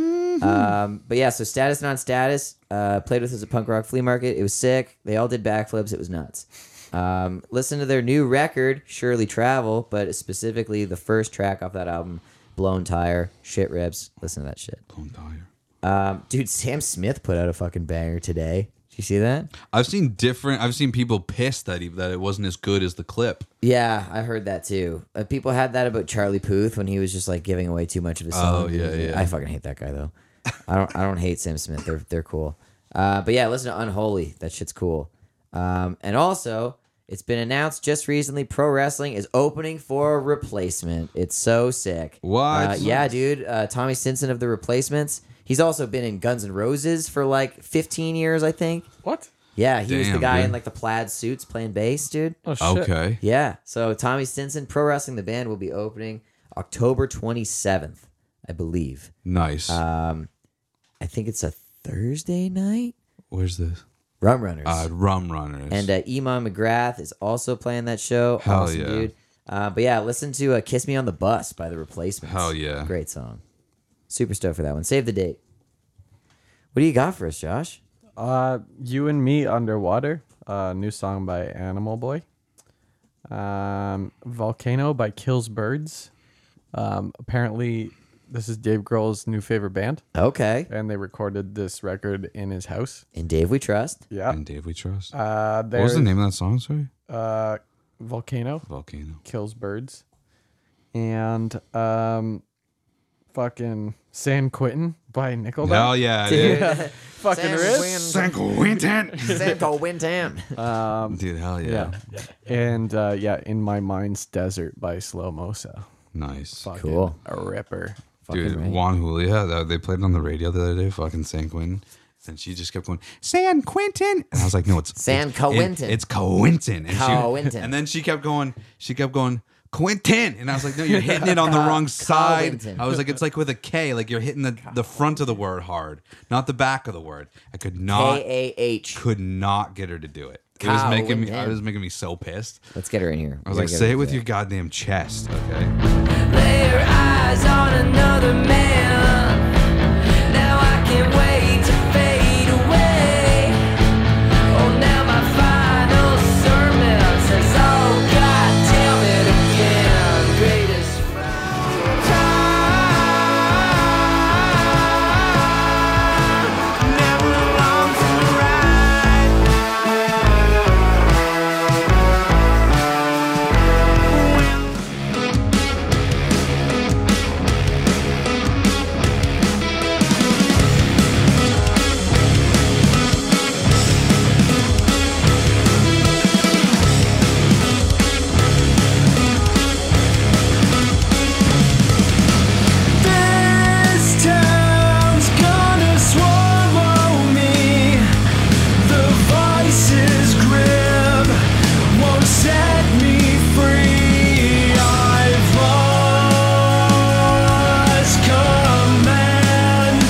S1: Um, but yeah, so status non status. Uh, played with us at punk rock flea market. It was sick. They all did backflips. It was nuts. Um, listen to their new record, Surely Travel, but specifically the first track off that album, Blown Tire. Shit rips. Listen to that shit.
S2: Blown Tire.
S1: Um, dude, Sam Smith put out a fucking banger today. Did you see that?
S2: I've seen different. I've seen people pissed that he, that it wasn't as good as the clip.
S1: Yeah, I heard that too. Uh, people had that about Charlie Puth when he was just like giving away too much of his song.
S2: Oh, yeah, yeah.
S1: I fucking hate that guy though. I don't. I don't hate Sam Smith. They're they're cool. Uh, but yeah, listen to Unholy. That shit's cool. Um, and also, it's been announced just recently. Pro wrestling is opening for a replacement. It's so sick.
S2: What?
S1: Uh, yeah, dude. Uh, Tommy Stinson of the Replacements. He's also been in Guns N' Roses for like 15 years, I think.
S6: What?
S1: Yeah, he was the
S2: Damn,
S1: guy
S2: dude.
S1: in like the plaid suits playing bass, dude.
S6: Oh shit.
S2: Okay.
S1: Yeah. So Tommy Stinson, Pro Wrestling the Band, will be opening October 27th, I believe.
S2: Nice.
S1: I think it's a Thursday night.
S2: Where's this?
S1: Rum Runners.
S2: Uh, Rum Runners.
S1: and uh, Iman McGrath is also playing that show.
S2: Hell
S1: awesome,
S2: yeah.
S1: dude. Uh, but yeah, listen to uh, Kiss Me on the Bus by The Replacements.
S2: Hell yeah.
S1: Great song. Super stoked for that one. Save the date. What do you got for us, Josh?
S6: Uh, you and me underwater. Uh, new song by Animal Boy. Um, Volcano by Kills Birds. Um, apparently, this is Dave Grohl's new favorite band,
S1: Okay.
S6: and they recorded this record in his house.
S1: And Dave, we trust.
S6: Yeah.
S2: And Dave We Trust.
S6: Uh,
S2: what was
S6: there's
S2: the name of that song? Sorry.
S6: uh, Volcano.
S2: Volcano.
S6: kills birds. And um fucking San Quentin by Nickelback.
S2: Hell yeah, dude.
S6: Fucking rips.
S2: San Quentin.
S1: Sanko Wintam.
S2: Um, dude, hell yeah.
S6: Yeah. And uh yeah, In My Mind's Desert by Slow Mosa.
S2: Nice.
S6: Fucking
S1: Cool.
S6: A ripper.
S2: Dude, Juan Julia, that, they played it on the radio the other day, fucking San Quentin. And she just kept going, San Quentin. And I was like, no, it's
S1: San
S2: it's-
S1: Quentin.
S2: It, it's Quentin. And she-
S1: Quentin.
S2: and then she kept going, she kept going, Quentin. And I was like, no, you're hitting it on the wrong side.
S1: Quentin.
S2: I was like, it's like with a K, like you're hitting the, the front of the word hard, not the back of the word. I could not,
S1: K A H.
S2: could not get her to do it. It was making me, I
S1: Quentin.
S2: was making me so pissed.
S1: Let's get her in here.
S2: I was like, say it with your goddamn chest, okay?
S4: Lay your eyes on another man. Now I can't wait to fade away. Oh, now my final sermon says, Oh, God damn it again. Greatest time never longs to ride. This town's gonna swallow me. The voices grim won't set me free. I've lost command.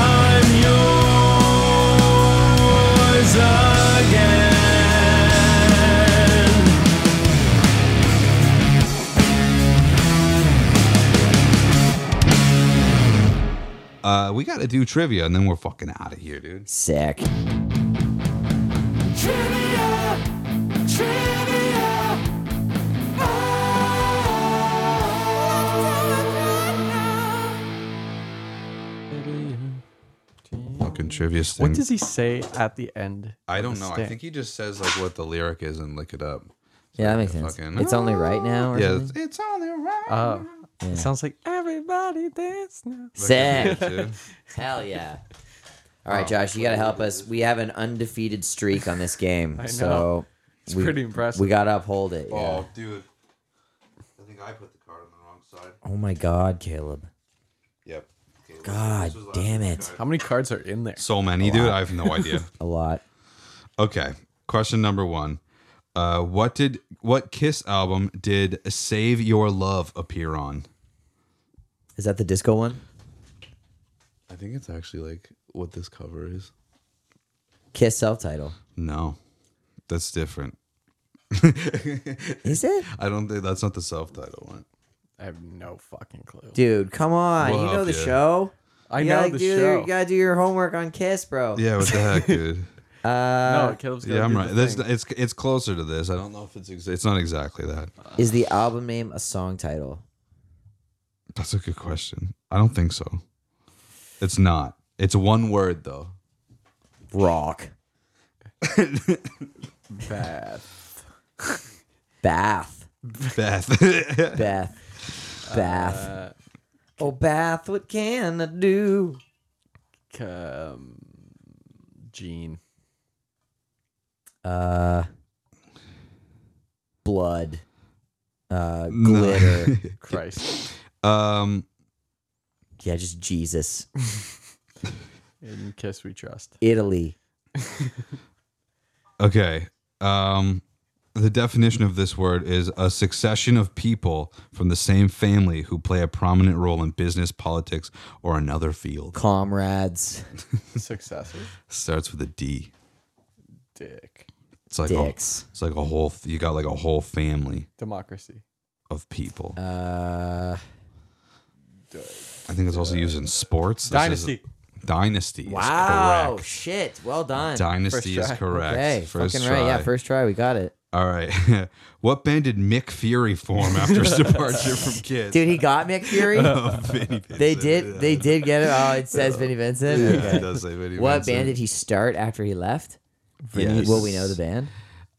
S4: I'm yours again.
S2: Uh, we got to do trivia and then we're fucking out of here, dude.
S1: sick.
S4: Trivia, trivia.
S6: Mm-hmm.
S2: Fucking trivia
S6: What
S2: thing.
S6: does he say at the end?
S2: I
S6: of
S2: don't
S6: the
S2: know. I
S6: stank?
S2: think he just says like what the lyric is and lick it up.
S1: Yeah, that makes sense.
S2: Fucking-
S1: It's only right now. Or
S2: Yeah,
S1: something?
S2: it's, it's only right.
S6: Oh. It sounds like everybody dance now.
S1: Sick.
S2: Dude.
S1: Hell yeah. All right, Josh, you got to help us. We have an undefeated streak on this game.
S6: I know.
S1: So
S6: It's pretty impressive.
S1: We gotta uphold it. yeah.
S2: Oh, dude. I think I put the card on the wrong side.
S1: Oh my God, Caleb.
S2: Yep.
S1: God damn it.
S6: How many cards are in there?
S2: So many, dude. I have no idea.
S1: A lot.
S2: Okay. Question number one. Uh, what did what Kiss album did "Save Your Love" appear on?
S1: Is that the disco one?
S2: I think it's actually like what this cover is.
S1: Kiss self title.
S2: No, that's different.
S1: Is it?
S2: I don't think that's not the self-title one.
S6: I have no fucking clue.
S1: Dude, come on.
S2: We'll
S1: you know
S2: help
S1: the
S2: you.
S1: show.
S6: I
S1: You
S6: know
S1: gotta
S6: the
S1: do your-
S6: show.
S1: you gotta do your homework on Kiss, bro.
S2: Yeah, what the heck, dude?
S6: no, Caleb's gonna
S2: yeah, I'm
S6: do
S2: right.
S6: the
S2: That's
S6: thing.
S2: it's it's closer to this. I don't know if it's ex- it's not exactly that.
S1: Is the album name a song title?
S2: That's a good question. I don't think so. It's not. It's one word though.
S1: Rock.
S6: Bath.
S1: Bath.
S2: Beth.
S1: Bath. Bath. oh, Bath, what can I do?
S6: Um, Gene.
S1: Uh, blood. Uh, glitter.
S6: Christ.
S2: um.
S1: yeah, just Jesus.
S6: In Kiss We Trust.
S1: Italy.
S2: Okay. Um, the definition of this word is a succession of people from the same family who play a prominent role in business, politics, or another field.
S1: Comrades.
S6: Successor.
S2: Starts with a D.
S6: Dick.
S2: It's like a,
S1: Dicks.
S2: it's like a whole. You got like a whole family
S6: Democracy.
S2: of people.
S1: Uh,
S2: I think it's also used in sports. This is-
S6: Dynasty.
S2: Dynasty. Is
S1: wow.
S2: correct.
S1: Shit. Well done.
S2: Dynasty
S6: First
S2: is
S6: try.
S2: correct.
S1: Okay.
S2: first
S1: fucking
S2: try.
S1: right. Yeah, first try. We got it.
S2: All right. what band did Mick Fury form after his departure from Kids? Oh,
S1: Dude, he got Mick Fury. They Oh, did. They did get it. Oh, it says Vinny Vincent. Okay. What band did he start after he left?
S2: Yes.
S1: Will we know the band?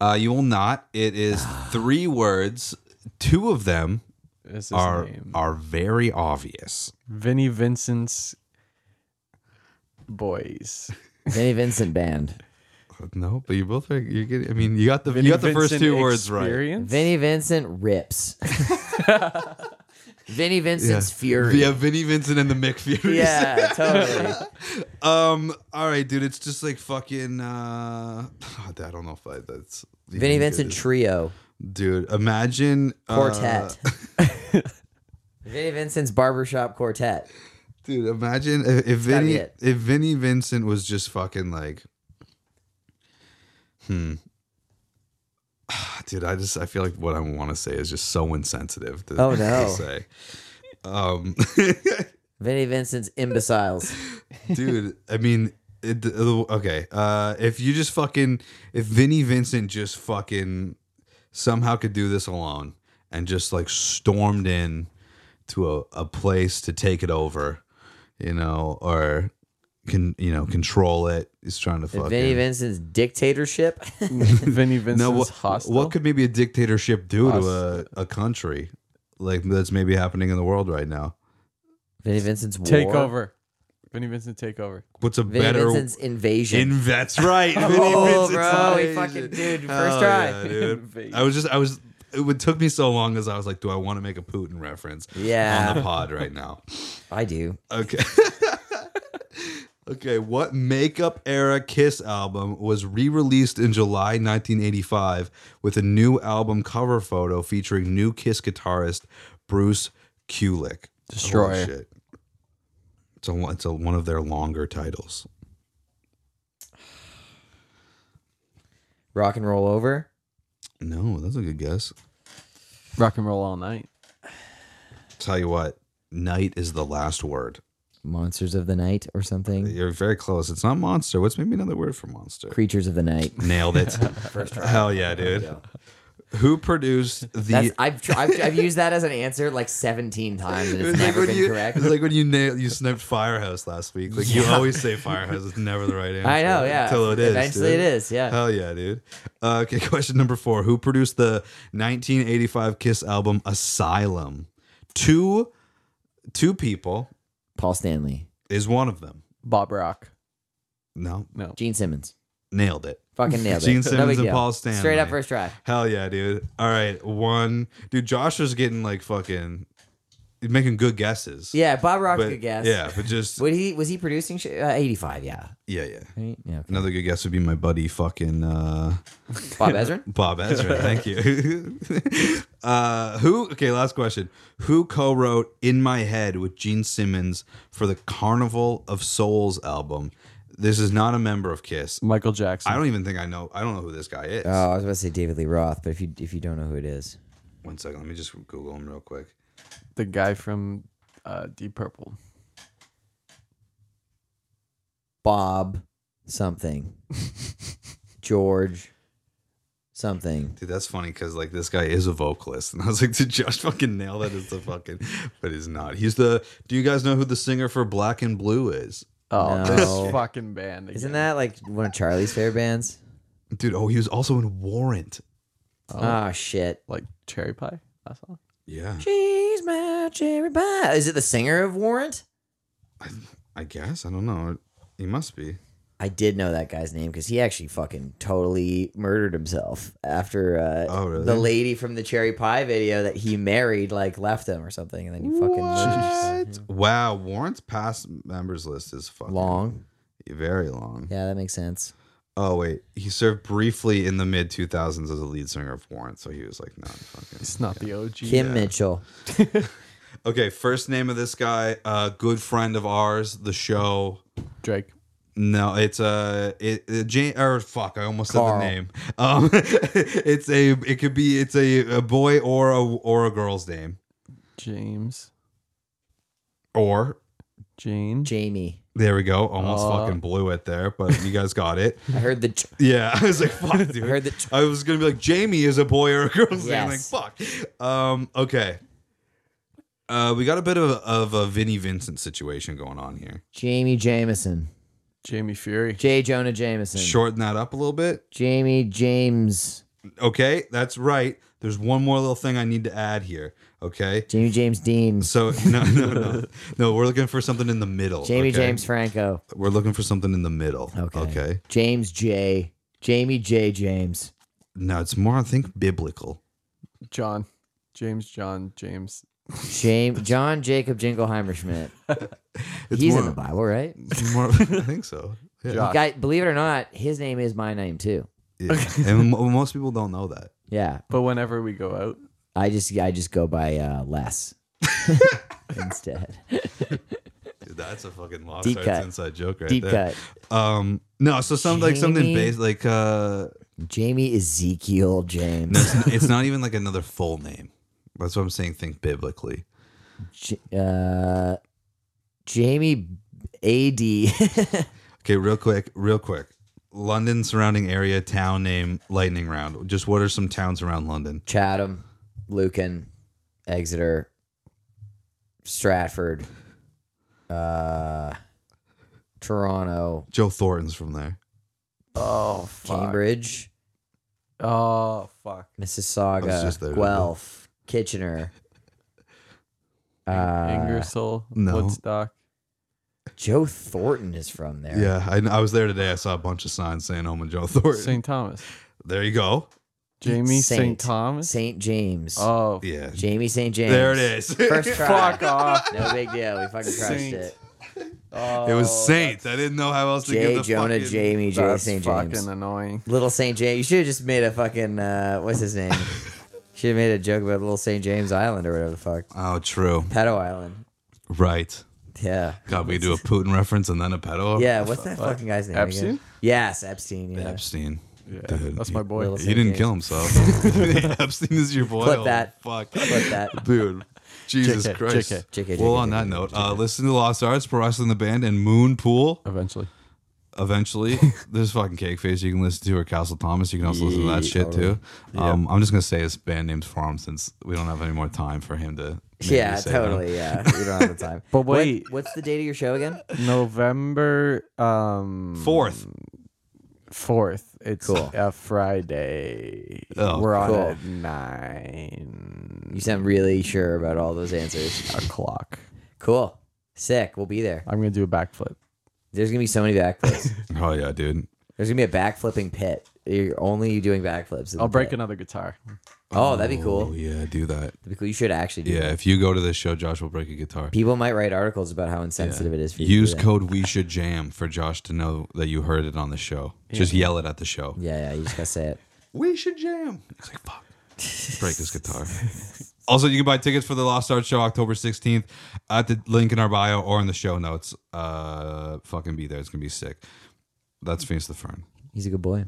S1: Ah.
S2: Uh, you will not. It is three words. Two of them
S6: Is his
S2: are
S6: name.
S2: are very obvious.
S6: Vinnie Vincent's boys.
S1: Vinny Vincent Band.
S2: No, but you're both. Are, you're getting. I mean, you got the you got the first two words right.
S1: Vinny Vincent rips. Vinny Vincent's Fury.
S2: Yeah,
S1: Yeah,
S2: Vinny Vincent and the Mick Fury.
S1: totally.
S2: Um. All right, dude. It's just like fucking. Uh, I don't know if I, that's. even
S1: Vinny
S2: good.
S1: Vincent Trio
S2: Dude, imagine uh,
S1: Quartet. Vinny Vincent's Barbershop Quartet.
S2: Dude, imagine if, if
S1: gotta be
S2: Vinny
S1: it.
S2: if Vinny Vincent was just fucking like, hmm. Dude, I just I feel like what I want to say is just so insensitive. To,
S1: Oh,
S2: to
S1: no.
S2: say, um,
S1: Vinny Vincent's Imbeciles.
S2: dude. I mean, it, the- okay. Uh, if you just fucking if Vinny Vincent just fucking somehow could do this alone and just like stormed in to a, a place to take it over, you know, or can you know control it. He's trying to fucking.
S1: Vinny Vincent's dictatorship.
S6: Vinnie Vincent's
S2: no, what,
S6: hostile.
S2: what could maybe a dictatorship do to a, a country like that's maybe happening in the world right now?
S1: Vinny Vincent's war.
S6: take over? Vinnie Vincent take over.
S2: What's a
S1: Vinny
S2: better
S1: Vincent's invasion.
S2: In that's right. Vinny
S1: Oh,
S2: Vincent's
S1: bro, we
S2: Asian.
S1: fucking- dude, first
S2: Hell
S1: try.
S2: yeah, dude. I was just, I was. It would- took me so long as I was like, do I want to make a Putin reference?
S1: Yeah.
S2: On the pod right now.
S1: I do.
S2: Okay. okay. What makeup era Kiss album was re-released in July 1985 with a new album cover photo featuring new Kiss guitarist Bruce Kulick?
S6: Destroyer.
S2: Holy shit. It's a, it's a, one of their longer titles.
S1: Rock and roll over.
S2: No, that's a good guess.
S6: Rock and roll all night.
S2: Tell you what, night is the last word.
S1: Monsters of the night or something.
S2: You're very close. It's not monster. What's maybe another word for monster?
S1: Creatures of the night.
S2: Nailed it. Hell yeah, dude. Who produced the?
S1: That's, I've, tr- I've I've used that as an answer like 17 times and
S2: It
S1: it's
S2: was like
S1: never
S2: when
S1: been
S2: you-
S1: correct.
S2: It's like when you nailed, you sniped Firehouse last week. Like you always say Firehouse, it's never the right answer.
S1: I know, yeah.
S2: Until it is.
S1: Eventually it
S2: dude.
S1: is, yeah.
S2: Hell yeah, dude. Uh, okay, question number four. Who produced the 1985 Kiss album Asylum? Two, two people
S1: Paul Stanley,
S2: is one of them.
S6: Bob Rock.
S2: No,
S6: No.
S1: Gene Simmons,
S2: nailed it.
S1: Fucking nailed it.
S2: Gene
S1: No
S2: Simmons
S1: big
S2: and
S1: deal.
S2: Paul Stanley.
S1: Straight up first try.
S2: Hell yeah, dude. All right, one dude. Josh was getting like fucking, he's making good guesses.
S1: Yeah, Bob Rock's
S2: But-
S1: good guess.
S2: Yeah, but just
S1: Would he was he producing shit? Uh, 85, yeah.
S2: yeah, yeah.
S1: Yeah. okay.
S2: Another good guess would be my buddy fucking uh,
S1: Bob Ezrin?
S2: Bob Ezra. thank you. uh, who? Okay, last question. Who co-wrote "In My Head" with Gene Simmons for the Carnival of Souls album? This is not a member of Kiss.
S6: Michael Jackson.
S2: I don't even think I know. I don't know who this guy is.
S1: Oh, I was about to say David Lee Roth, but if you if you don't know who it is.
S2: One second. Let me just Google him real quick.
S6: the guy from uh, Deep Purple.
S1: Bob something. George something.
S2: Dude, that's funny because like this guy is a vocalist, and I was like, did Josh fucking nail that as the fucking? But he's not. He's the. Do you guys know who the singer for Black and Blue is?
S6: Oh,
S1: No.
S6: this fucking band. Again.
S1: Isn't that like one of Charlie's favorite bands?
S2: Dude, oh, he was also in Warrant.
S1: Oh, shit.
S6: like Cherry Pie? That song?
S2: Yeah,
S1: She's my cherry pie. Is it the singer of Warrant?
S2: I, I guess I don't know. He must be.
S1: I did know that guy's name because he actually fucking totally murdered himself after uh,
S2: Oh, really?
S1: the lady from the cherry pie video that he married like left him or something, and then he fucking murdered himself.
S2: Wow, Warrant's past members list is fucking
S1: long.
S2: very long.
S1: Yeah, that makes sense.
S2: Oh wait, he served briefly in the mid two thousands as a lead singer of Warrant, so he was like, not fucking.
S6: It's not the OG.
S1: Kim Mitchell.
S2: Okay, first name of this guy, uh, good friend of ours, the show.
S6: Drake.
S2: No, it's a it, it Jane or fuck, I almost
S1: Carl.
S2: said the name. Um, it's a it could be it's a, a boy or a or a girl's name
S6: James.
S2: or
S6: Jane.
S1: Jamie.
S2: there we go, almost
S6: Uh.
S2: fucking blew it there, but you guys got it.
S1: I heard the. Ch-
S2: Yeah, I was like, fuck, dude. I,
S1: heard that-
S2: was gonna be like, Jamie is a boy or a girl's
S1: Yes.
S2: name. Like, fuck. Um, okay. Uh, we got a bit of a, of a Vinnie Vincent situation going on here.
S1: Jamie Jameson.
S6: Jamie Fury.
S1: J. Jonah Jameson.
S2: Shorten that up a little bit.
S1: Jamie James.
S2: Okay, that's right. There's one more little thing I need to add here. Okay.
S1: Jamie James Dean.
S2: So no, no, no, no. We're looking for something in the middle.
S1: Jamie
S2: okay?
S1: James Franco.
S2: We're looking for something in the middle.
S1: Okay.
S2: Okay. Okay.
S1: James J. Jamie J. James.
S2: No, it's more. I think biblical.
S6: John. James. John. James.
S1: James John Jacob Jingleheimer Schmidt.
S2: It's
S1: He's
S2: more,
S1: in the Bible, right?
S2: More, I think so. Yeah.
S6: Josh.
S1: Guy, believe it or not, his name is my name too.
S2: Yeah. and mo- most people don't know that.
S1: Yeah,
S6: But whenever we go out,
S1: I just I just go by uh, Les instead.
S2: Dude, that's a fucking lost
S1: Deep
S2: arts
S1: cut.
S2: inside joke right
S1: Deep
S2: there. cut. Um, no, so something like something
S1: Jamie.
S2: based like uh,
S1: Jamie Ezekiel James.
S2: no, it's, it's not even like another full name. That's what I'm saying. Think biblically.
S1: J- uh, Jamie A D.
S2: Okay, real quick, real quick. London surrounding area town name lightning round. Just what are some towns around London?
S1: Chatham, Lucan, Exeter, Stratford, uh, Toronto,
S2: Joe Thornton's from there.
S6: oh fuck,
S1: Cambridge,
S6: oh fuck,
S2: I was just there
S1: Mississauga,
S2: today.
S1: Guelph, Kitchener. Uh,
S6: Ingersoll,
S2: no.
S6: Woodstock,
S1: Joe Thornton is from there.
S2: Yeah, I, I was there today. I saw a bunch of signs saying home of Joe Thornton.
S6: St. Thomas,
S2: There you go.
S6: Jamie St.
S1: Saint.
S6: Thomas.
S1: St. James.
S6: Oh
S2: Yeah.
S1: Jamie St. James.
S2: There it is.
S1: First try.
S6: fuck off.
S1: No big deal. We fucking crushed
S6: Saint.
S1: it.
S2: it was Saint. I didn't know how else to
S1: Oh, J.
S2: give the
S1: Jonah
S2: fucking-
S1: Jamie J.
S6: That's
S1: St.
S6: Oh, fucking
S1: James.
S6: annoying.
S1: Little St. James. You should have just made a fucking, uh, what's his name? should have made a joke about Little St. James Island or whatever the fuck.
S2: Oh, true.
S1: Pedo Island.
S2: Right.
S1: Yeah.
S2: God, we do a Putin reference and then a pedo.
S1: Yeah, what's that fucking guy's name? again?
S6: Epstein?
S1: Yes, Epstein. Yeah.
S2: Epstein. Yeah,
S6: That's my boy.
S1: Little
S2: He
S1: St.
S2: didn't
S1: James.
S2: kill himself. Epstein is your boy.
S1: Clip
S2: Oh,
S1: that.
S2: Fuck.
S1: Clip that.
S2: Dude. Jesus
S6: JK,
S2: Christ.
S6: JK.
S1: JK,
S2: well,
S1: JK,
S2: on that note, Uh, listen to Lost Arts, Pro Wrestling the Band, and Moon Pool
S6: Eventually,
S2: eventually. There's fucking Cake Face you can listen to, or Castle Thomas. You can also listen to that shit too. Um, I'm just going to say his band name's Farm since we don't have any more time for him to. maybe
S1: Yeah,
S2: say them.
S1: totally. Yeah. We don't have the time.
S6: But
S1: What-
S6: wait.
S1: what's the date of your show again?
S6: November um
S2: Fourth.
S1: Mm.
S6: fourth. It's
S1: Cool.
S6: a Friday.
S2: Oh,
S6: We're on
S1: cool.
S6: at nine
S1: You sound really sure about all those answers.
S6: o'clock.
S1: Cool. Sick. We'll be there.
S6: I'm gonna do a backflip.
S1: There's gonna be so many backflips.
S2: Oh, yeah, dude.
S1: There's gonna be a backflipping pit. You're only you doing backflips. in
S6: I'll
S1: the
S6: break
S1: pit.
S6: another guitar.
S1: Oh, that'd be
S2: Oh,
S1: cool.
S2: yeah, do that.
S1: That'd be cool. You should actually do.
S2: Yeah,
S1: that.
S2: if you go to this show, Josh will break a guitar.
S1: People might write articles about how insensitive it is for you. to do
S2: Use
S1: that.
S2: code We Should Jam for Josh to know that you heard it on the show. Just yell it at the show.
S1: Yeah, yeah. You just gotta say it.
S2: We should jam. He's like, fuck. Break this guitar. also, you can buy tickets for the Lost Art Show October 16th at the link in our bio or in the show notes. Uh, fucking be there. It's going to be sick. That's Phoenix the Fern.
S1: He's a good boy.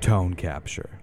S2: Tone capture.